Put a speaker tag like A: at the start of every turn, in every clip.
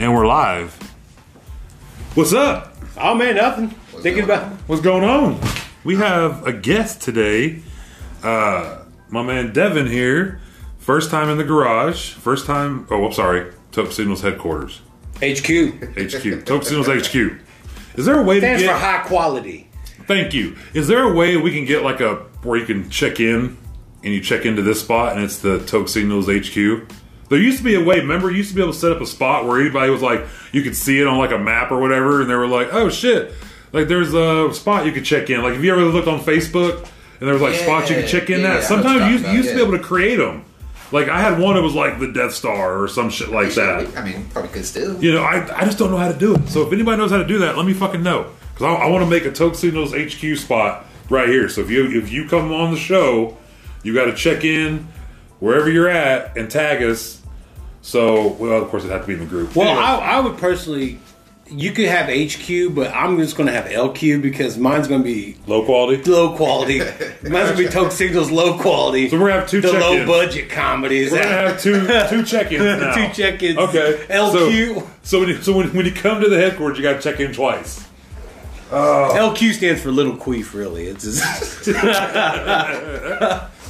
A: And we're live. What's up?
B: Oh man, nothing. Thinking about
A: What's going on? We have a guest today. Uh, my man Devin here. First time in the garage. First time. Oh, I'm sorry. Tope Signals headquarters.
B: HQ
A: HQ. Tope Signals HQ. Is there a way
B: stands
A: to
B: for
A: get?
B: high quality.
A: Thank you. Is there a way we can get like a where you can check in and you check into this spot and it's the Toke Signals HQ? There used to be a way. Remember, you used to be able to set up a spot where anybody was like, you could see it on like a map or whatever, and they were like, oh shit, like there's a spot you could check in. Like if you ever looked on Facebook and there was like spots you could check in
C: yeah,
A: at.
C: yeah,
A: Sometimes
C: I
A: you,
C: was talking
A: you used to be
C: about,
A: able to create them. Like I had one that was like the Death Star or some shit like that.
C: I mean, probably could still.
A: You know, I, I just don't know how to do it. So if anybody knows how to do that, let me fucking know because I, I want to make a Toke Signals HQ spot right here. So if you if you come on the show, you got to check in wherever you're at and tag us. So well, of course, it had to be in the group.
B: Well,
A: Anyway,
B: I, I would personally, you could have HQ, but I'm just going to have LQ because mine's going to be
A: low quality.
B: low quality. mine's going to be Toke Signals low quality.
A: So we're gonna have two
B: the low
A: check-ins.
B: budget comedies.
A: We're gonna have two two check-ins now.
B: Two check-ins.
A: Okay.
B: LQ.
A: So, so when you, so when, when you come to the headquarters, you got to check in twice.
B: LQ stands for little queef. Really, it's just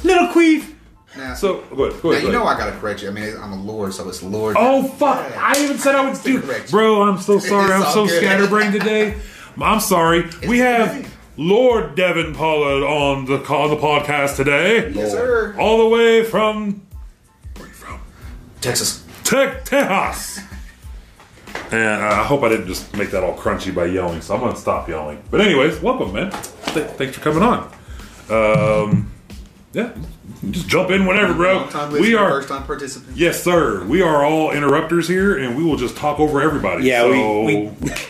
B: little queef.
C: Now,
A: So go ahead. Go
C: now
A: ahead,
C: you
A: go ahead.
C: know I gotta correct you. I mean, I'm a lord, so it's lord.
A: Oh fuck! I even said I would do,
C: Correct.
A: bro. I'm so sorry.
C: It's
A: I'm
C: all
A: so
C: good.
A: scatterbrained today. I'm sorry. We have Lord Devin Pollard on the on the podcast today.
C: Yes, sir.
A: All the way from where are you from?
C: Texas.
A: Tech Tejas. And uh, I hope I didn't just make that all crunchy by yelling, so I'm gonna stop yelling. But anyways, welcome, man. Th- thanks for coming on. Um, yeah, just jump in whenever, bro.
C: Long-time
A: Oh, We
C: listener,
A: are
C: first-time participant.
A: Yes, sir. We are all interrupters here, and we will just talk over everybody.
B: Yeah,
A: so
B: we- we-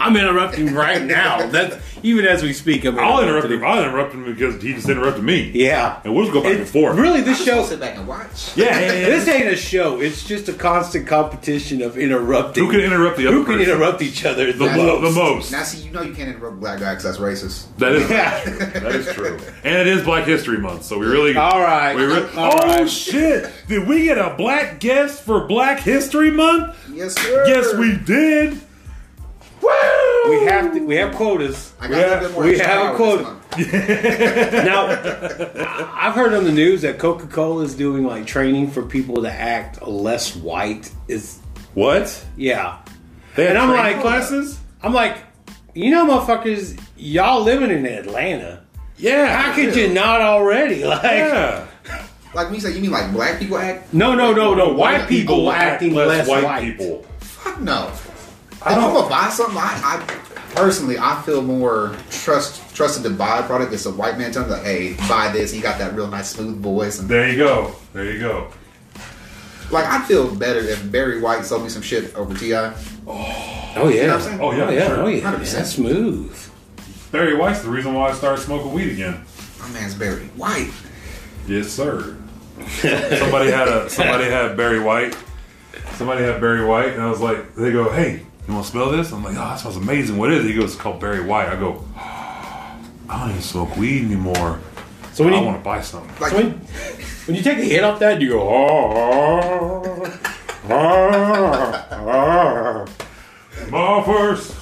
B: I'm interrupting right now. That's even as we speak. I'm
A: I'll interrupt
B: interrupting.
A: him. I'll interrupt him because he just interrupted me.
B: Yeah.
A: and we'll just go back and forth.
B: Really, this
C: Just wanna
B: show.
C: sit back and watch.
A: Yeah, yeah, yeah.
B: This ain't a show. It's just a constant competition of interrupting.
A: Who can interrupt the other?
B: Who can
A: person?
B: interrupt each other the,
A: the, mo- the most?
C: Now, see, you know you can't interrupt black guy because that's racist.
A: That is
B: Yeah.
A: that is true. And it is Black History Month, so we really
B: All right.
A: We really,
B: All
A: oh
B: right.
A: shit! Did we get a black guest for Black History Month?
C: Yes, sir.
A: Yes, we did. Woo!
B: We have to, we have quotas.
C: I got a little bit more
B: We
C: to try
B: have a
C: out this
B: quote.
C: month.
B: Now, I- I've heard on the news that Coca Cola is doing like training for people to act less white. Is
A: what?
B: yeah.
A: They had
B: And I'm
A: training
B: like-
A: classes.
B: I'm like, you know, motherfuckers, y'all living in Atlanta.
A: Yeah.
B: How could you not already? Like,
A: Yeah.
C: Like when you say, you mean like black people act?
B: no, no, no, no. White,
C: White
B: people,
C: people act
B: acting less, white.
A: people.
C: Fuck no. If I'm gonna buy something, I, I personally I feel more trust trusted to buy a product. It's a white man telling me, like, "Hey, buy this." He got that real nice smooth voice, and
A: There you go. There you go.
C: like I feel better if Barry White sold me some shit over Ti.
B: Oh yeah.
C: know what I'm saying?
A: Oh yeah,
B: Oh yeah,
A: sure.
B: oh yeah,
C: 100%.
B: that's smooth.
A: Barry White's the reason why I started smoking weed again.
C: My man's Barry White.
A: Yes, sir. somebody had a somebody had Barry White. Somebody had Barry White, and I was like, they go, "Hey, you want to smell this?" I'm like, "Oh, that smells amazing. What is it?" He goes, "It's called Barry White." I go, "I don't even smoke weed anymore.
B: So when
A: I
B: you
A: want to buy some."
C: Like
B: So when, when you take the hit off that, you go, oh, oh, oh, oh."
A: My first,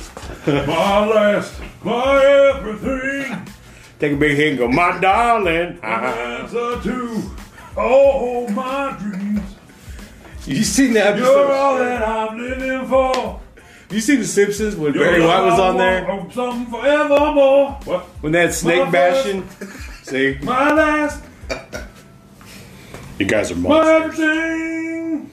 A: my last, my everything.
B: take a big hit and go, my darling. Ah,
A: Answer to all my dreams.
B: You seen the
A: You're all
B: episode?
A: that I'm living for.
B: You seen the Simpsons when
A: You're
B: Barry White was
A: all
B: on there
A: I want, Something forevermore. What?
B: when that snake
A: My
B: bashing? See,
A: My last,
B: you guys are
A: my
B: monsters.
A: everything.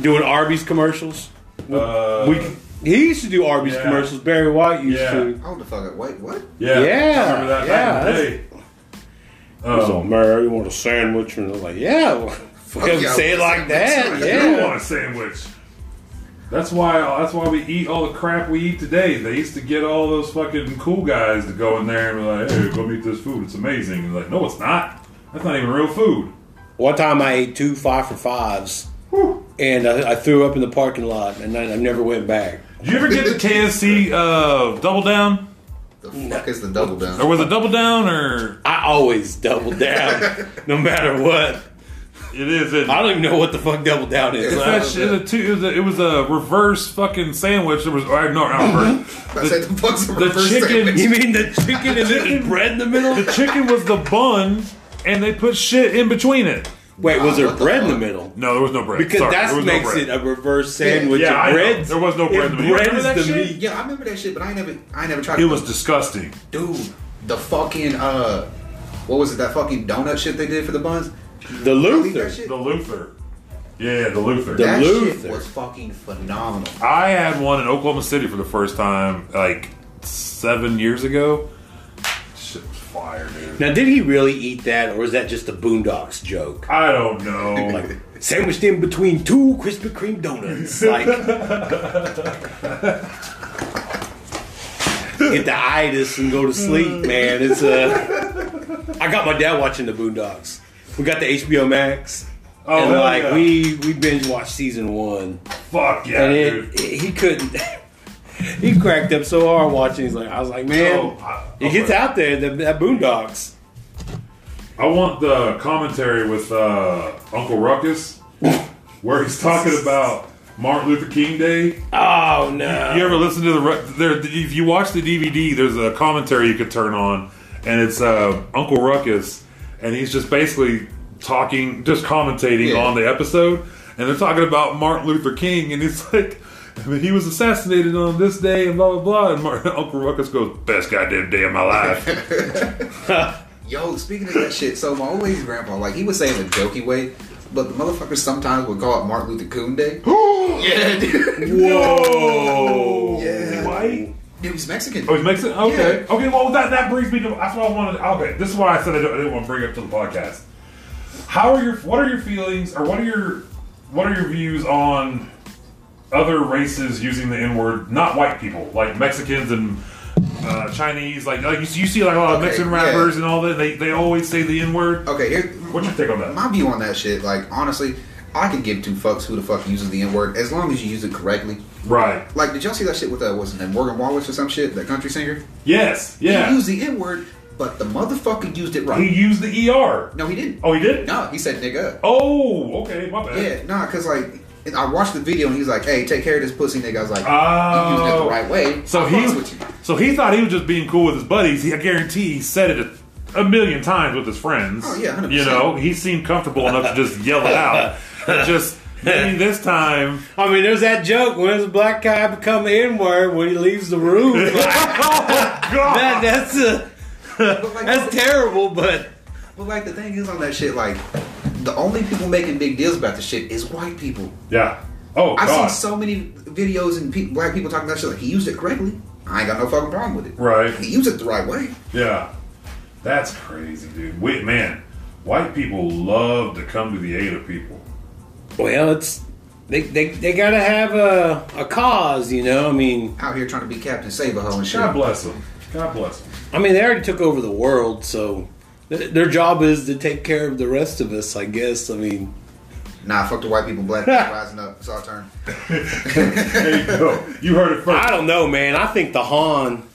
B: doing Arby's commercials.
A: Uh,
B: We he used to do Arby's
A: Yeah.
B: commercials. Barry White used
A: Yeah.
B: to.
C: Hold the fuck up. Wait, what?
A: yeah, I
B: Yeah,
A: remember that back in
B: yeah,
A: the
B: that's-
A: day. Um,
B: So, Mary, you want a sandwich? And I was like, yeah. Fucking
C: Oh, yeah,
B: say it
C: I
B: like
C: want a
B: that.
C: sandwich.
A: I do
B: Yeah.
A: want a sandwich. That's why. That's why we eat all the crap we eat today. They used to get all those fucking cool guys to go in there and be like, "Hey, go eat this food. It's amazing." And like, no, it's not. That's not even real food.
B: One time I ate two five for fives. and I, I threw up in the parking lot, and I, I never went back.
A: Did you ever get the KFC uh, double down?
C: The fuck is the double down?
A: Or was it double down or
B: I always double down, no matter what.
A: it is it,
B: I don't even know what the fuck double down is.
A: it's that shit, it's a two, it, was a, it was a reverse fucking sandwich. There was or, no not
B: Mm-hmm.
A: reverse.
C: I said the fuck's a reverse
A: chicken-
C: sandwich.
B: You mean the chicken and the bread in the middle?
A: The chicken was the bun and they put shit in between it.
B: Wait, was there
C: What the
B: bread in the
C: fuck?
B: middle?
A: No, there was no bread.
B: Because
A: Sorry, there
B: that
A: was no
B: makes
A: bread.
B: it a reverse sandwich.
A: Yeah, I know.
B: of bread.
A: There was no bread in the middle. You
B: bread
A: remember
B: is
A: that
B: the
A: shit?
B: meat.
C: Yeah, I remember that shit, but I never, I never tried.
A: It
C: to
A: was disgusting.
C: dude, the fucking uh, what was it? That fucking donut shit they did for the buns.
B: The
C: Y'all eat
B: Luther.
C: that shit?
A: The Luther. Yeah, the Luther.
B: The-
C: that
B: Luther.
C: shit was fucking phenomenal.
A: I had one in Oklahoma City for the first time like seven years ago. Shit was fire, dude.
B: Now, did he really eat that, or is that just a Boondocks joke?
A: I don't know.
B: Like, sandwiched in between two Krispy Kreme donuts. Like, get the itis and go to sleep, man. It's uh, I got my dad watching the Boondocks. We got the HBO Max,
A: Oh,
B: and
A: hell
B: like
A: yeah.
B: we we binge watched season one,
A: Fuck yeah,
B: and
A: dude.
B: it, he couldn't. He cracked up so hard watching. He's like, I was like, man,
A: Oh, I-
B: it gets out there that, that Boondocks.
A: I want the commentary with uh, Uncle Ruckus, where he's talking about Martin Luther King Day.
B: Oh no!
A: You ever listen to the Ru- there? If you watch the DVD, there's a commentary you could turn on, and it's uh, Uncle Ruckus, and he's just basically talking, just commentating
C: Yeah.
A: on the episode, and they're talking about Martin Luther King, and it's like. I mean, he was assassinated on this day and blah blah blah. And Martin, Uncle Ruckus goes, "Best goddamn day of my life."
C: Yo, speaking of that shit, so my old lady's grandpa, like he would say it in a jokey way, but the motherfuckers sometimes would call it Martin Luther Coon Day. yeah, dude.
A: Whoa!
C: Yeah.
A: White?
C: Dude, he's Mexican.
A: Oh, he's Mexican. Okay,
C: Yeah.
A: okay. Well, that that brings me to that's what I wanted. Okay, this is why I said I, don't, I didn't want to bring it up to the podcast. How are your what are your feelings or what are your what are your views on other races using the N word? Not white people, like Mexicans and uh, Chinese. Like like you, see- you see like a lot of
C: Okay,
A: Mexican
C: yeah.
A: rappers and all that. They they always say the N word.
C: Okay, here.
A: What's your take on that?
C: My view on that shit, like honestly, I can give two fucks who the fuck uses the N word as long as you use it correctly.
A: Right.
C: Like, did y'all see that shit with uh, what's his name, Morgan Wallace or some shit, that country singer?
A: Yes.
C: He
A: Yeah.
C: used the N word, but the motherfucker used it
A: He
C: right.
A: used the ER.
C: No, he didn't.
A: Oh, he did.
C: No, he said nigga.
A: Oh, okay. My bad.
C: Yeah, nah, cause like and I watched the video and he's like, "Hey, take care of this pussy nigga." I was like,
A: Oh.
C: "You used it the right way."
A: So
C: I
A: he,
C: fucks with you.
A: so he thought he was just being cool with his buddies. He, I guarantee he said it a, a million times with his friends.
C: Oh, yeah, 100%.
A: you know, he seemed comfortable enough to just yell it out. And just maybe this time.
B: I mean, there's that joke when does a black guy become the N word when he leaves the room? that,
A: oh God!
B: that's a,
C: But like,
B: that's terrible, but
C: but like the thing is on that shit, like the only people making big deals about the shit is white people.
A: yeah. Oh
C: I've
A: God!
C: seen so many videos and pe- black people talking that shit. Like he used it correctly. I ain't got no fucking problem with it.
A: Right.
C: He used it the right way.
A: yeah, that's crazy, dude. Wait, man, white people love to come to the aid of people.
B: well, it's they they, they gotta have a a cause, you know. I mean,
C: Out here trying to be Captain Save a hoe and shit.
A: God bless them. God bless them.
B: I mean, they already took over the world, so th- their job is to take care of the rest of us, I guess. I mean,
C: Nah, fuck the white people. Black people rising up. It's our turn.
A: There you go. You heard it first.
B: I don't know, man. I think the Han,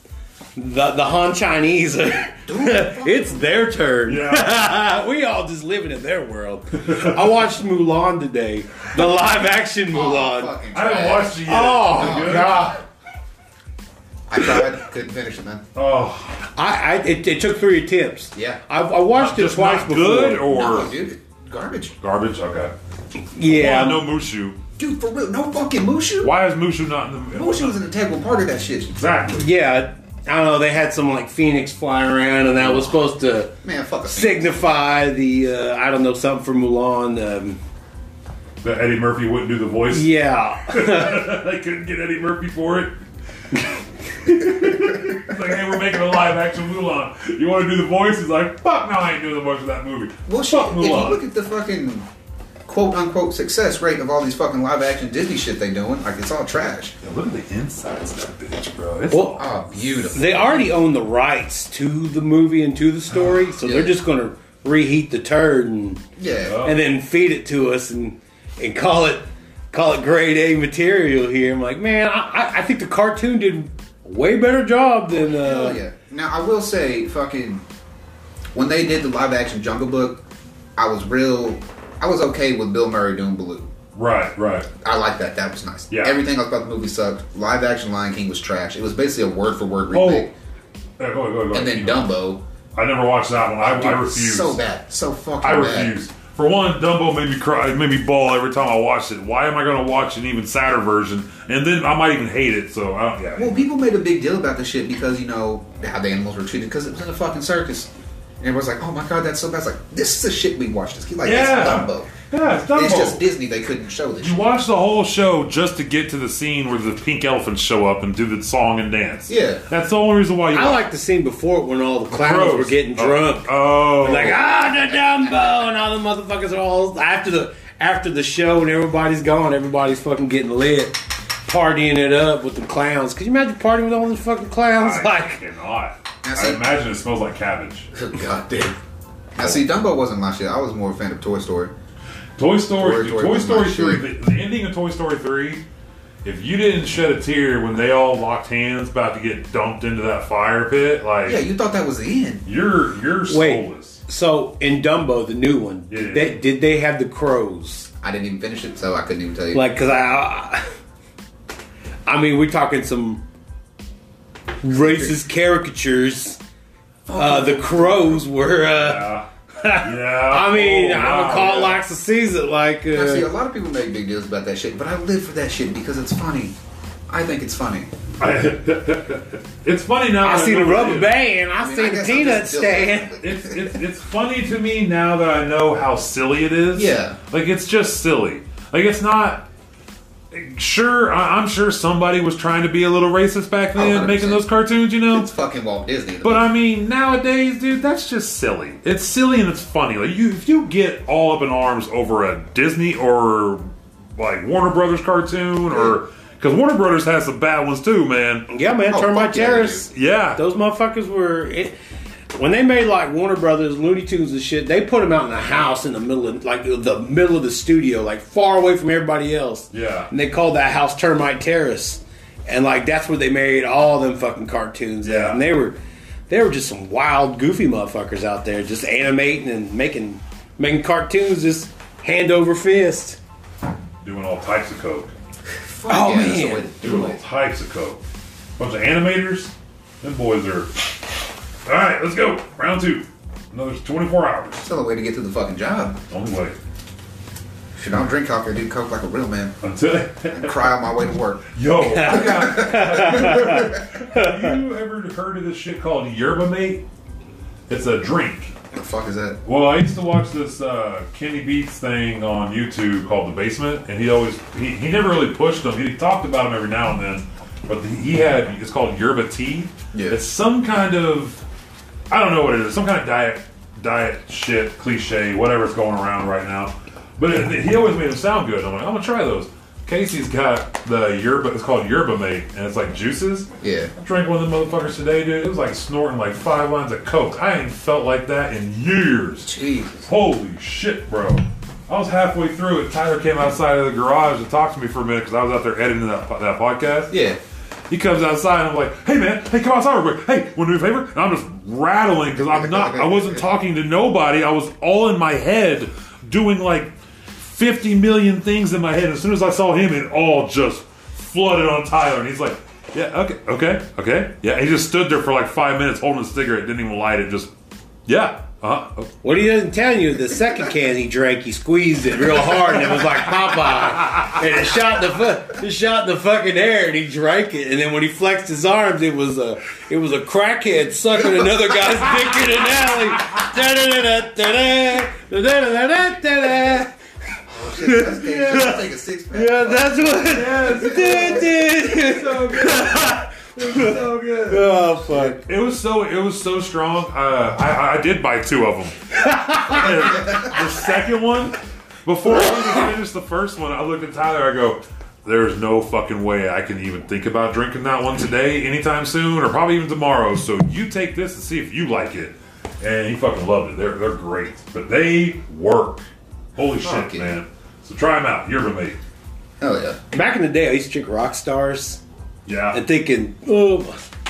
B: the the Han Chinese, are- it's their turn.
A: Yeah.
B: we all just living in their world. I watched Mulan today, the live action Mulan.
C: Oh, Fucking
A: I haven't
C: trash.
A: watched it yet.
B: Oh,
A: Is it good?
B: God.
C: I tried, couldn't finish it, man.
A: Oh.
B: I, I it, it took three attempts.
C: Yeah.
B: I, I watched it
A: just
B: twice
A: not
B: before.
A: good or
C: No, dude, garbage.
A: garbage. Okay.
B: yeah,
A: Why no Mushu?
C: Dude, for real, no fucking Mushu.
A: Why is Mushu not in the
C: Mushu was an integral part of that shit.
A: Exactly.
B: yeah. I don't know. They had some like phoenix flying around, and that was supposed to
C: Man, fuck a
B: signify the uh, I don't know something for Mulan. Um,
A: That Eddie Murphy wouldn't do the voice.
B: yeah.
A: they couldn't get Eddie Murphy for it. it's like, hey, we're making a live action Mulan. You want to do the voice? He's like, fuck, no, I ain't doing the voice of that movie.
C: Well, shit,
A: fuck
C: if you
A: Mulan.
C: look at the fucking quote unquote success rate of all these fucking live action Disney shit they doing, like it's all trash.
A: Yeah, look at the insides of that bitch, bro. It's
B: Well,
C: Oh, beautiful.
B: They already own the rights to the movie and to the story, so
C: Yeah.
B: they're just going to reheat the turd and,
C: yeah.
A: Oh.
B: and then feed it to us and and call it call it grade A material here. I'm like, man, I, I, I think the cartoon did a way better job than. Uh,
C: Hell Oh, yeah. Now I will say, fucking, when they did the live action Jungle Book, I was real. I was okay with Bill Murray doing Blue.
A: Right, right.
C: I like that. That was nice.
A: Yeah.
C: Everything else about the movie sucked. Live action Lion King was trash. It was basically a word for word
A: Oh,
C: remake.
A: Yeah, go ahead, go ahead, go ahead.
C: and then
A: Keep going.
C: Dumbo.
A: I never watched that one. I, I refuse.
C: So bad. So fucking
A: I
C: bad.
A: refuse. For one, Dumbo made me cry, it made me bawl every time I watched it. Why am I going to watch an even sadder version? And then I might even hate it. So I don't. Yeah.
C: Well, people made a big deal about this shit because you know how the animals were treated because it was in a fucking circus, and everyone's like, "Oh my god, that's so bad." It's like this is the shit we watched. This kid like
A: Yeah.
C: it's Dumbo.
A: Yeah, it's Dumbo.
C: It's just Disney. They couldn't show this.
A: You
C: shit.
A: watch the whole show just to get to the scene where the pink elephants show up and do the song and dance.
C: Yeah.
A: That's the only reason why you
B: I
A: watch
B: like the scene before it when all the clowns
A: Crows.
B: were getting drunk.
A: Oh.
B: Like ah, the Dumbo and all the motherfuckers are all after the after the show and everybody's gone. Everybody's fucking getting lit, partying it up with the clowns. Could you imagine partying with all those fucking clowns?
A: I
B: Like,
A: cannot.
C: Now,
A: I
C: see-
A: imagine it smells like cabbage.
C: god damn. Now see, Dumbo wasn't my shit. I was more a fan of Toy Story.
A: Toy Story,
C: Toy-
A: Toy,
C: Toy was
A: Story
C: my
A: Three,
C: shit.
A: the, the ending of Toy Story Three. If you didn't shed a tear when they all locked hands about to get dumped into that fire pit, like
C: Yeah, you thought that was the end.
A: you're you're
B: Wait.
A: soulless.
B: so in Dumbo, the new one,
A: Yeah.
B: they, did they have the crows?
C: I didn't even finish it, so I couldn't even tell you.
B: Like, cause I, I mean, we're talking some racist caricatures. Uh, the crows were. Uh,
A: Yeah. yeah.
B: I mean,
A: Oh,
B: I'm
A: wow,
B: gonna call
A: yeah.
B: Locks a season. Like,
C: now, see, a
B: uh,
C: lot of people make big deals about that shit, but I live for that shit because it's funny. I think it's funny.
A: It's funny now.
B: I
A: that
B: see the
A: know what it
B: rubber
A: is.
B: band. I,
C: I mean,
B: see
C: I
B: the
C: guess I'm
B: peanut
C: just built like
B: stand.
C: that.
A: It's, it's it's funny to me now that I know how silly it is.
C: Yeah.
A: like it's just silly. Like it's not. Sure, I, I'm sure somebody was trying to be a little racist back then, making
C: 100%.
A: those cartoons. You know,
C: It's fucking Walt Disney.
A: But I mean, nowadays, dude, that's just silly. It's silly and it's funny. Like you, if you get all up in arms over a Disney or like Warner Brothers cartoon, or because Warner Brothers has some bad ones too, man.
B: Yeah, man.
C: Oh,
B: turn my
C: fuck yeah,
B: chairs.
A: Yeah,
B: Those motherfuckers were. It, when they made like Warner Brothers, Looney Tunes and shit, they put them out in a house in the middle of like the middle of the studio, like far away from everybody else.
A: Yeah.
B: And they called that house Termite Terrace, and like that's where they made all them fucking cartoons. at.
A: Yeah.
B: And they were, they were just some wild, goofy motherfuckers out there, just animating and making making cartoons, just hand over fist.
A: doing all types of coke,
C: Fuck
B: oh,
C: yeah, that's the
B: man.
C: way to do
A: doing all
C: it.
A: types of coke. Bunch of animators. Them boys are. All right, let's go. Round two. Another 24 hours.
C: That's the only way to get to the fucking job.
A: Only way
C: Shit, I don't drink coffee. I do coke like a real man.
A: until.
C: And cry on my way to work.
A: Yo, I got, have you ever heard of this shit called yerba mate? It's a drink.
C: What the fuck is that?
A: Well, I used to watch this uh, Kenny Beats thing on YouTube called The Basement, and he always he, he never really pushed them. He talked about them every now and then, but he had it's called yerba tea.
C: Yeah.
A: It's some kind of I don't know what it is. Some kind of diet diet shit cliche, whatever's going around right now. But it, he always made them sound good. I'm like, I'm gonna try those. Casey's got the yerba. It's called yerba mate, and it's like juices.
C: Yeah.
A: I drank one of them motherfuckers today, dude. It was like snorting like five lines of coke. I ain't felt like that in years.
C: Jesus.
A: Holy shit, bro. I was halfway through it. Tyler came outside of the garage and talked to me for a minute because I was out there editing that, that podcast.
C: Yeah.
A: He comes outside and I'm like, hey man, hey, come outside real quick. Hey, want to do me a favor? And I'm just rattling because I'm not, I wasn't talking to nobody. I was all in my head doing like 50 million things in my head. As soon as I saw him, it all just flooded on Tyler. And he's like, yeah, okay, okay, okay. Yeah, he just stood there for like five minutes holding a cigarette, didn't even light it, just, yeah, uh huh.
B: What he doesn't tell you, the second can he drank, he squeezed it real hard, and it was like Popeye, and it shot in the fu- it shot in the fucking air, and he drank it. And then when he flexed his arms, it was a it was a crackhead sucking another guy's dick in an alley. Da-da-da-da, da-da, da-da-da-da, da-da.
C: Shit, that's damn shit. I'll take a six pack.
B: Yeah, that's what. Dude, dude.
C: so good.
B: Oh fuck!
A: It was so it was so strong. Uh, I, I did buy two of them. And the second one, before I even finished the first one, I looked at Tyler. I go, "There's no fucking way I can even think about drinking that one today, anytime soon, or probably even tomorrow. So you take this and see if you like it." And he fucking loved it. They're they're great, but they work. Holy shit,
C: Fuck yeah.
A: man! So try them out. You're mate.
C: Oh yeah.
B: Back in the day, I used to drink rock stars
A: Yeah.
B: and thinking, oh,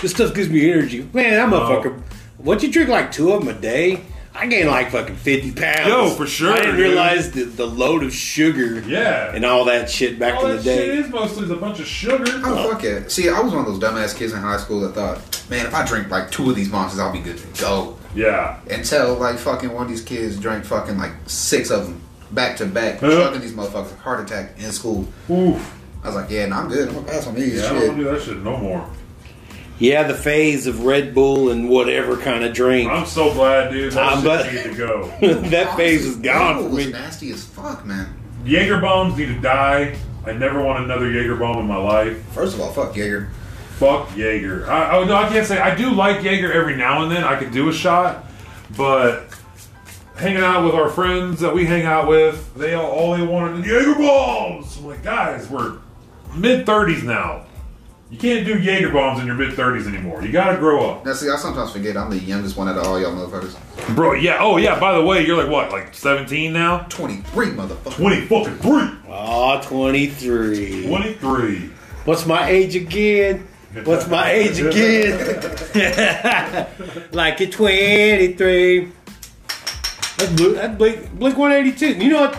B: this stuff gives me energy. Man, I'm a fucker. Once you drink like two of them a day, I gain like fucking 50 pounds.
A: Yo, for sure,
B: I didn't
A: dude.
B: realize the, the load of sugar
A: Yeah.
B: and all that shit back
A: All
B: in
A: that
B: the day.
A: shit is mostly is a bunch of sugar.
C: Oh fuck it. See, I was one of those dumbass kids in high school that thought, man, if I drink like two of these monsters, I'll be good to go.
A: Yeah.
C: Until like fucking one of these kids drank fucking like six of them back to back,
A: Yeah.
C: chugging these motherfuckers, heart attack in school.
A: Oof.
C: I was like, yeah, no, I'm good. I'm gonna pass on these
A: Yeah, I don't
C: shit.
A: wanna do that shit no more.
B: Yeah, the phase of Red Bull and whatever kind of drink.
A: I'm so glad, dude. That
B: I'm
A: shit
B: but-
A: need to go.
B: that phase is gone
C: It
B: for
C: was
B: me.
C: nasty as fuck, man.
A: Jaeger bombs need to die. I never want another Jaeger bomb in my life.
C: First of all, fuck Jaeger.
A: Fuck Jaeger. I, I, no, I can't say. I do like Jaeger every now and then. I could do a shot, but hanging out with our friends that we hang out with, they all, all they wanted Jaeger bombs. I'm like, guys, we're mid 30s now. You can't do Jaeger bombs in your mid 30s anymore. You gotta grow up.
C: Now, see, I sometimes forget I'm the youngest one out of all y'all motherfuckers.
A: Bro, yeah. Oh, yeah. By the way, you're like, what, like 17 now?
C: 23, motherfucker.
A: 20 fucking 3.
B: Aw, 23.
A: 23.
B: What's my age again? What's my age again? like at 23. That's Blink, that's Blink, Blink 182. You know what?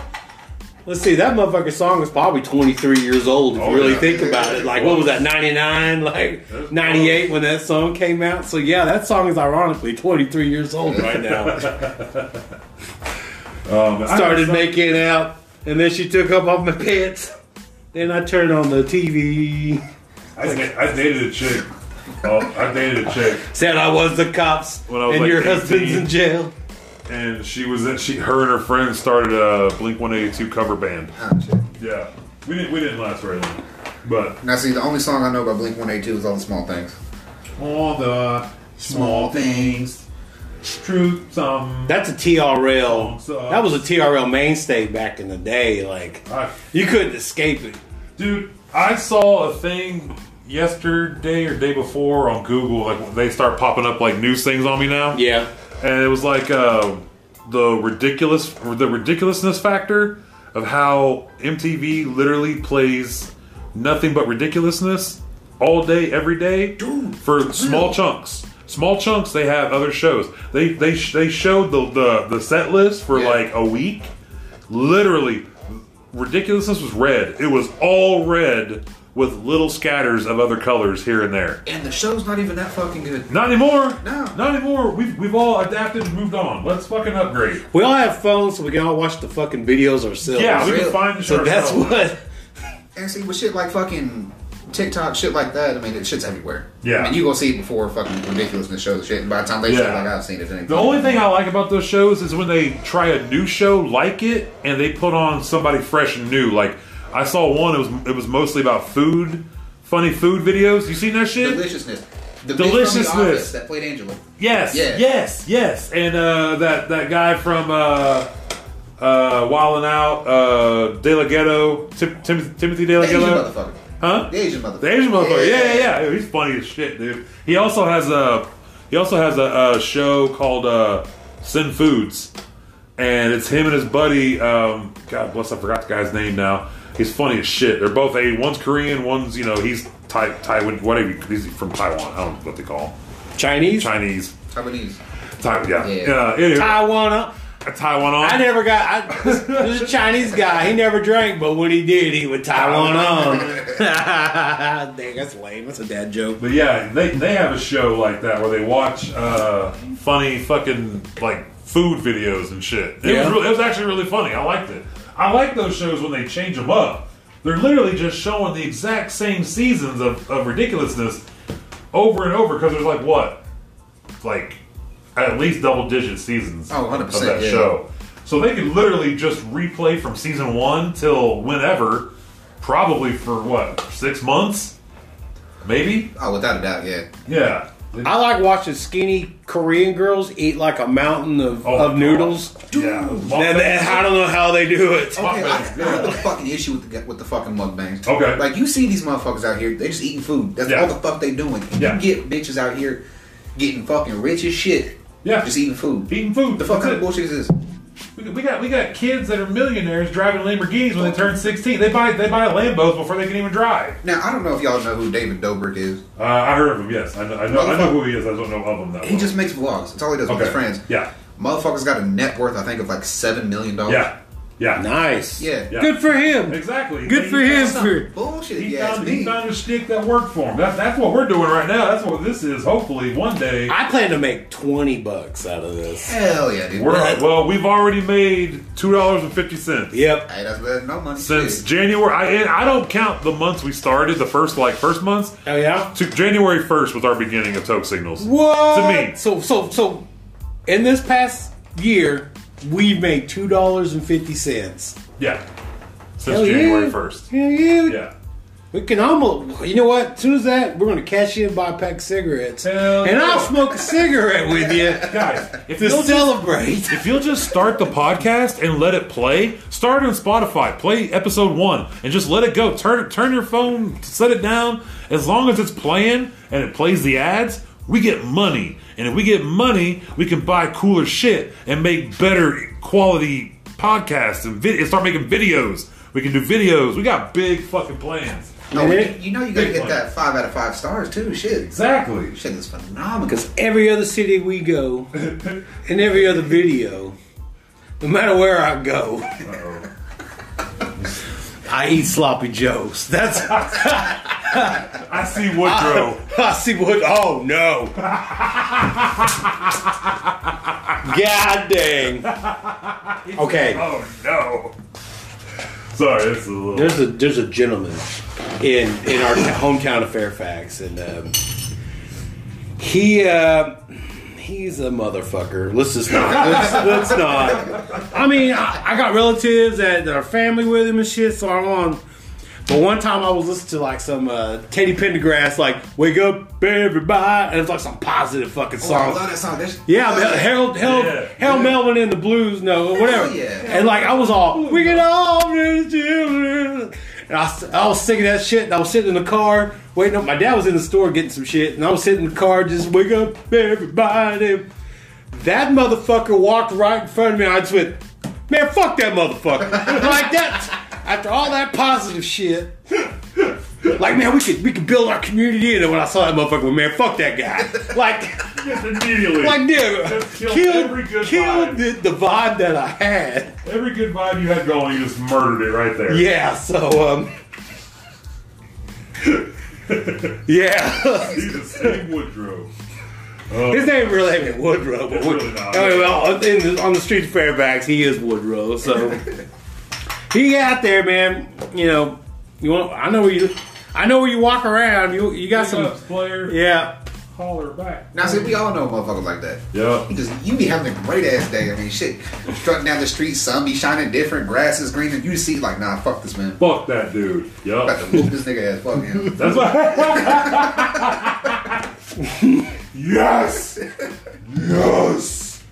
B: Let's see, that motherfucker song is probably 23 years old if
A: Oh,
B: you really
A: yeah.
B: think about it. Like, what was that, 99? Like, 98 when that song came out? So, yeah, that song is ironically 23 years old right now.
A: Um, I
B: started
A: never-
B: making out, and then she took up off my pants. Then I turned on the TV,
A: I, da- I dated a chick. Oh, I dated a chick.
B: said I was the cops,
A: When I was
B: and
A: like
B: your
A: 18.
B: husband's in jail.
A: and she was in, she her and her friend started a Blink 182 cover band.
C: Ah, shit.
A: Yeah, we didn't we didn't last very long, but
C: Now, see, the only song I know about Blink 182 is All the Small Things.
A: all the
C: small things,
A: truth some.
B: That's a TRL.
A: Songs, uh,
B: That was a TRL mainstay back in the day. Like you couldn't escape it.
A: Dude, I saw a thing yesterday or day before on Google. Like they start popping up like news things on me now.
B: Yeah.
A: and it was like uh, the ridiculous the ridiculousness factor of how MTV literally plays nothing but ridiculousness all day every day for small chunks. Small chunks. They have other shows. They they sh- they showed the the, the set list for
C: Yeah.
A: like a week. Literally, ridiculousness was red. It was all red with little scatters of other colors here and there.
C: And the show's not even that fucking good.
A: Not anymore.
C: No.
A: Not anymore. We've, we've all adapted and moved on. Let's fucking upgrade.
B: We all have phones, so we can all watch the fucking videos ourselves.
A: Yeah, we can
C: Really?
A: find the
B: so that's
A: ourselves.
B: what.
C: And see, with shit like fucking TikTok, shit like that, I mean, it shit's everywhere.
A: Yeah.
C: I mean, you gonna see it before fucking ridiculousness shows and shit. And by the time they show
A: Yeah.
C: it, like I've seen it. it ain't
A: The only thing I like about those shows is when they try a new show like it and they put on somebody fresh and new. Like I saw one. It was it was mostly about food, funny food videos. You seen that shit?
C: deliciousness. The bitch from
A: Deliciousness.
C: The Office that played Angela.
A: Yes.
C: Yeah.
A: Yes. Yes. And uh, that that guy from uh, uh, Wildin' Out, uh, De La Ghetto, Tim, Tim, Timothy De La
C: The Asian
A: Ghetto,
C: motherfucker.
A: huh?
C: The Asian motherfucker.
A: The Asian motherfucker. Yeah, yeah, yeah. Dude, He's funny as shit, dude. He also has a he also has a, a show called uh, Sin Foods, and it's him and his buddy. Um, God bless, I forgot the guy's name now. He's funny as shit. They're both a one's Korean, one's you know he's Thai, Taiwan, whatever. you- He's from Taiwan. I don't know what they call him.
B: Chinese.
A: Chinese.
C: Taiwanese.
A: Ty, yeah.
C: Yeah.
A: Yeah. anyway,
B: Taiwan.
A: Taiwan on.
B: I never got. I, this, this is a Chinese guy. He never drank, but when he did, he would tie one on. Dang, that's lame. That's a dad joke.
A: But yeah, they, they have a show like that where they watch uh, funny fucking like food videos and shit. It,
B: Yeah.
A: was really, it was actually really funny. I liked it. I like those shows when they change them up. They're literally just showing the exact same seasons of, of ridiculousness over and over because there's like what? Like at least double digit seasons
C: Oh,
A: of
C: 100%,
A: that
C: yeah.
A: show. So they could literally just replay from season one till whenever, probably for what, six months? Maybe?
C: Oh, without a doubt, yeah.
A: Yeah.
B: I like watching skinny Korean girls eat like a mountain of,
A: Oh,
B: of
A: God.
B: noodles.
A: Yeah.
B: And, and I don't know how they do it.
A: Fuck
C: Okay, I, I
A: bangs, yeah.
C: have the fucking issue with the with the fucking mukbangs.
A: Okay.
C: like you see these motherfuckers out here, they just eating food. That's
A: Yeah.
C: all the fuck they doing. And
A: Yeah.
C: You get bitches out here getting fucking rich as shit.
A: Yeah.
C: just eating food.
A: Eating food.
C: The fuck
A: That's
C: kind of
A: it.
C: bullshit is this?
A: We we got we got kids that are millionaires driving Lamborghinis when they turn 16. They buy they buy Lambos before they can even drive.
C: Now I don't know if y'all know who David Dobrik is.
A: Uh, I heard of him. Yes, I know I know, I know who he is. I don't know of him though.
C: He just makes vlogs. That's all he does with his friends.
A: Yeah,
C: Motherfucker's got a net worth, I think, of like seven million dollars.
A: yeah, yeah.
B: Nice.
C: Yeah.
A: Yeah.
B: Good for him.
A: Exactly.
B: Good
A: He
B: for
A: found
B: his
A: something.
B: for
C: Bullshit.
A: He
C: yeah,
A: found,
C: it's me.
A: he found a stick that worked for him. That's that's what we're doing right now. That's what this is. Hopefully, one day
B: I plan to make twenty bucks out of this.
C: Hell yeah, dude.
A: we're well. We've already made two dollars and fifty cents.
B: Yep.
C: Hey, that's better than no money.
A: Since
C: Shit.
A: January, I and I don't count the months we started. The first like first months.
B: Oh yeah.
A: To January first was our beginning of Toke Signals.
B: What?
A: To me.
B: So so so, in this past year, we've made two dollars and fifty cents.
A: Yeah. Since January first.
B: Hell yeah.
A: Yeah.
B: We can almost. You know what? As soon as that, we're gonna cash in and buy a pack of cigarettes,
A: Hell
B: and
A: yeah.
B: I'll smoke a cigarette with you
A: Guys, if
B: to
A: you'll just,
B: celebrate.
A: if you'll just start the podcast and let it play, start on Spotify, play episode one, and just let it go. Turn turn your phone, set it down. As long as it's playing and it plays the ads, we get money. And if we get money, we can buy cooler shit and make better quality podcasts and, vid- and start making videos. We can do videos. We got big fucking plans.
C: No,
B: Yeah.
C: you, you know you gotta
A: Big
C: get
A: one.
C: that five out of five stars too. Shit.
A: Exactly.
C: Shit is phenomenal.
B: Because every other city we go, in every other video, no matter where I go, I eat sloppy joes. That's
A: I see Woodrow.
B: I see what. Oh no! God dang! Okay,
A: Oh no. Sorry, this is a little.
B: there's a there's a gentleman in in our hometown of Fairfax, and um, he uh, he's a motherfucker. Let's just not. Let's, let's not. I mean, I, I got relatives that, that are family with him and shit, so I'm on. But one time I was listening to like some uh, Teddy Pendergrass, like "Wake Up Everybody," and it's like some positive fucking
C: Oh, I
B: song.
C: love that song. That's-
B: Yeah, but Harold, Harold,
A: Yeah.
B: Harold Melvin and the Blues, no, or whatever.
C: yeah.
B: And like I was all, we can all be the children. And I, s- I was singing that shit. And I was sitting in the car waiting. up. My dad was in the store getting some shit, and I was sitting in the car just wake up everybody. That motherfucker walked right in front of me. and I just went, man, fuck that motherfucker. like that. After all that positive shit. Like man, we could we could build our community, and then when I saw that motherfucker, well, man, fuck that guy. Like
A: Just immediately.
B: like dude,
A: Just killed
B: killed,
A: every good vibe.
B: killed the, the vibe that I had.
A: Every good vibe you had going, you just murdered it right there.
B: Yeah, so um, yeah,
A: He's the same Woodrow.
B: his name really ain't Woodrow, but
A: Oh. It's
B: Wood-
A: really not.
B: I mean, well, in the, on the street of Fairfax, he is Woodrow. So he out there, man. You know, you want? I know where you. I know where you walk around. You you got
A: That's
B: some.
A: player.
B: Yeah,
A: Holler back.
C: Now, see, we all know motherfuckers like that.
A: Yeah.
C: You just you be having a great ass day. I mean, shit, strutting down the street, sun be shining different, grass is green, and you see like, nah, fuck this man.
A: Fuck that dude.
C: About
A: Yeah.
C: to whoop this nigga ass. Fuck him.
A: That's what. yes. Yes.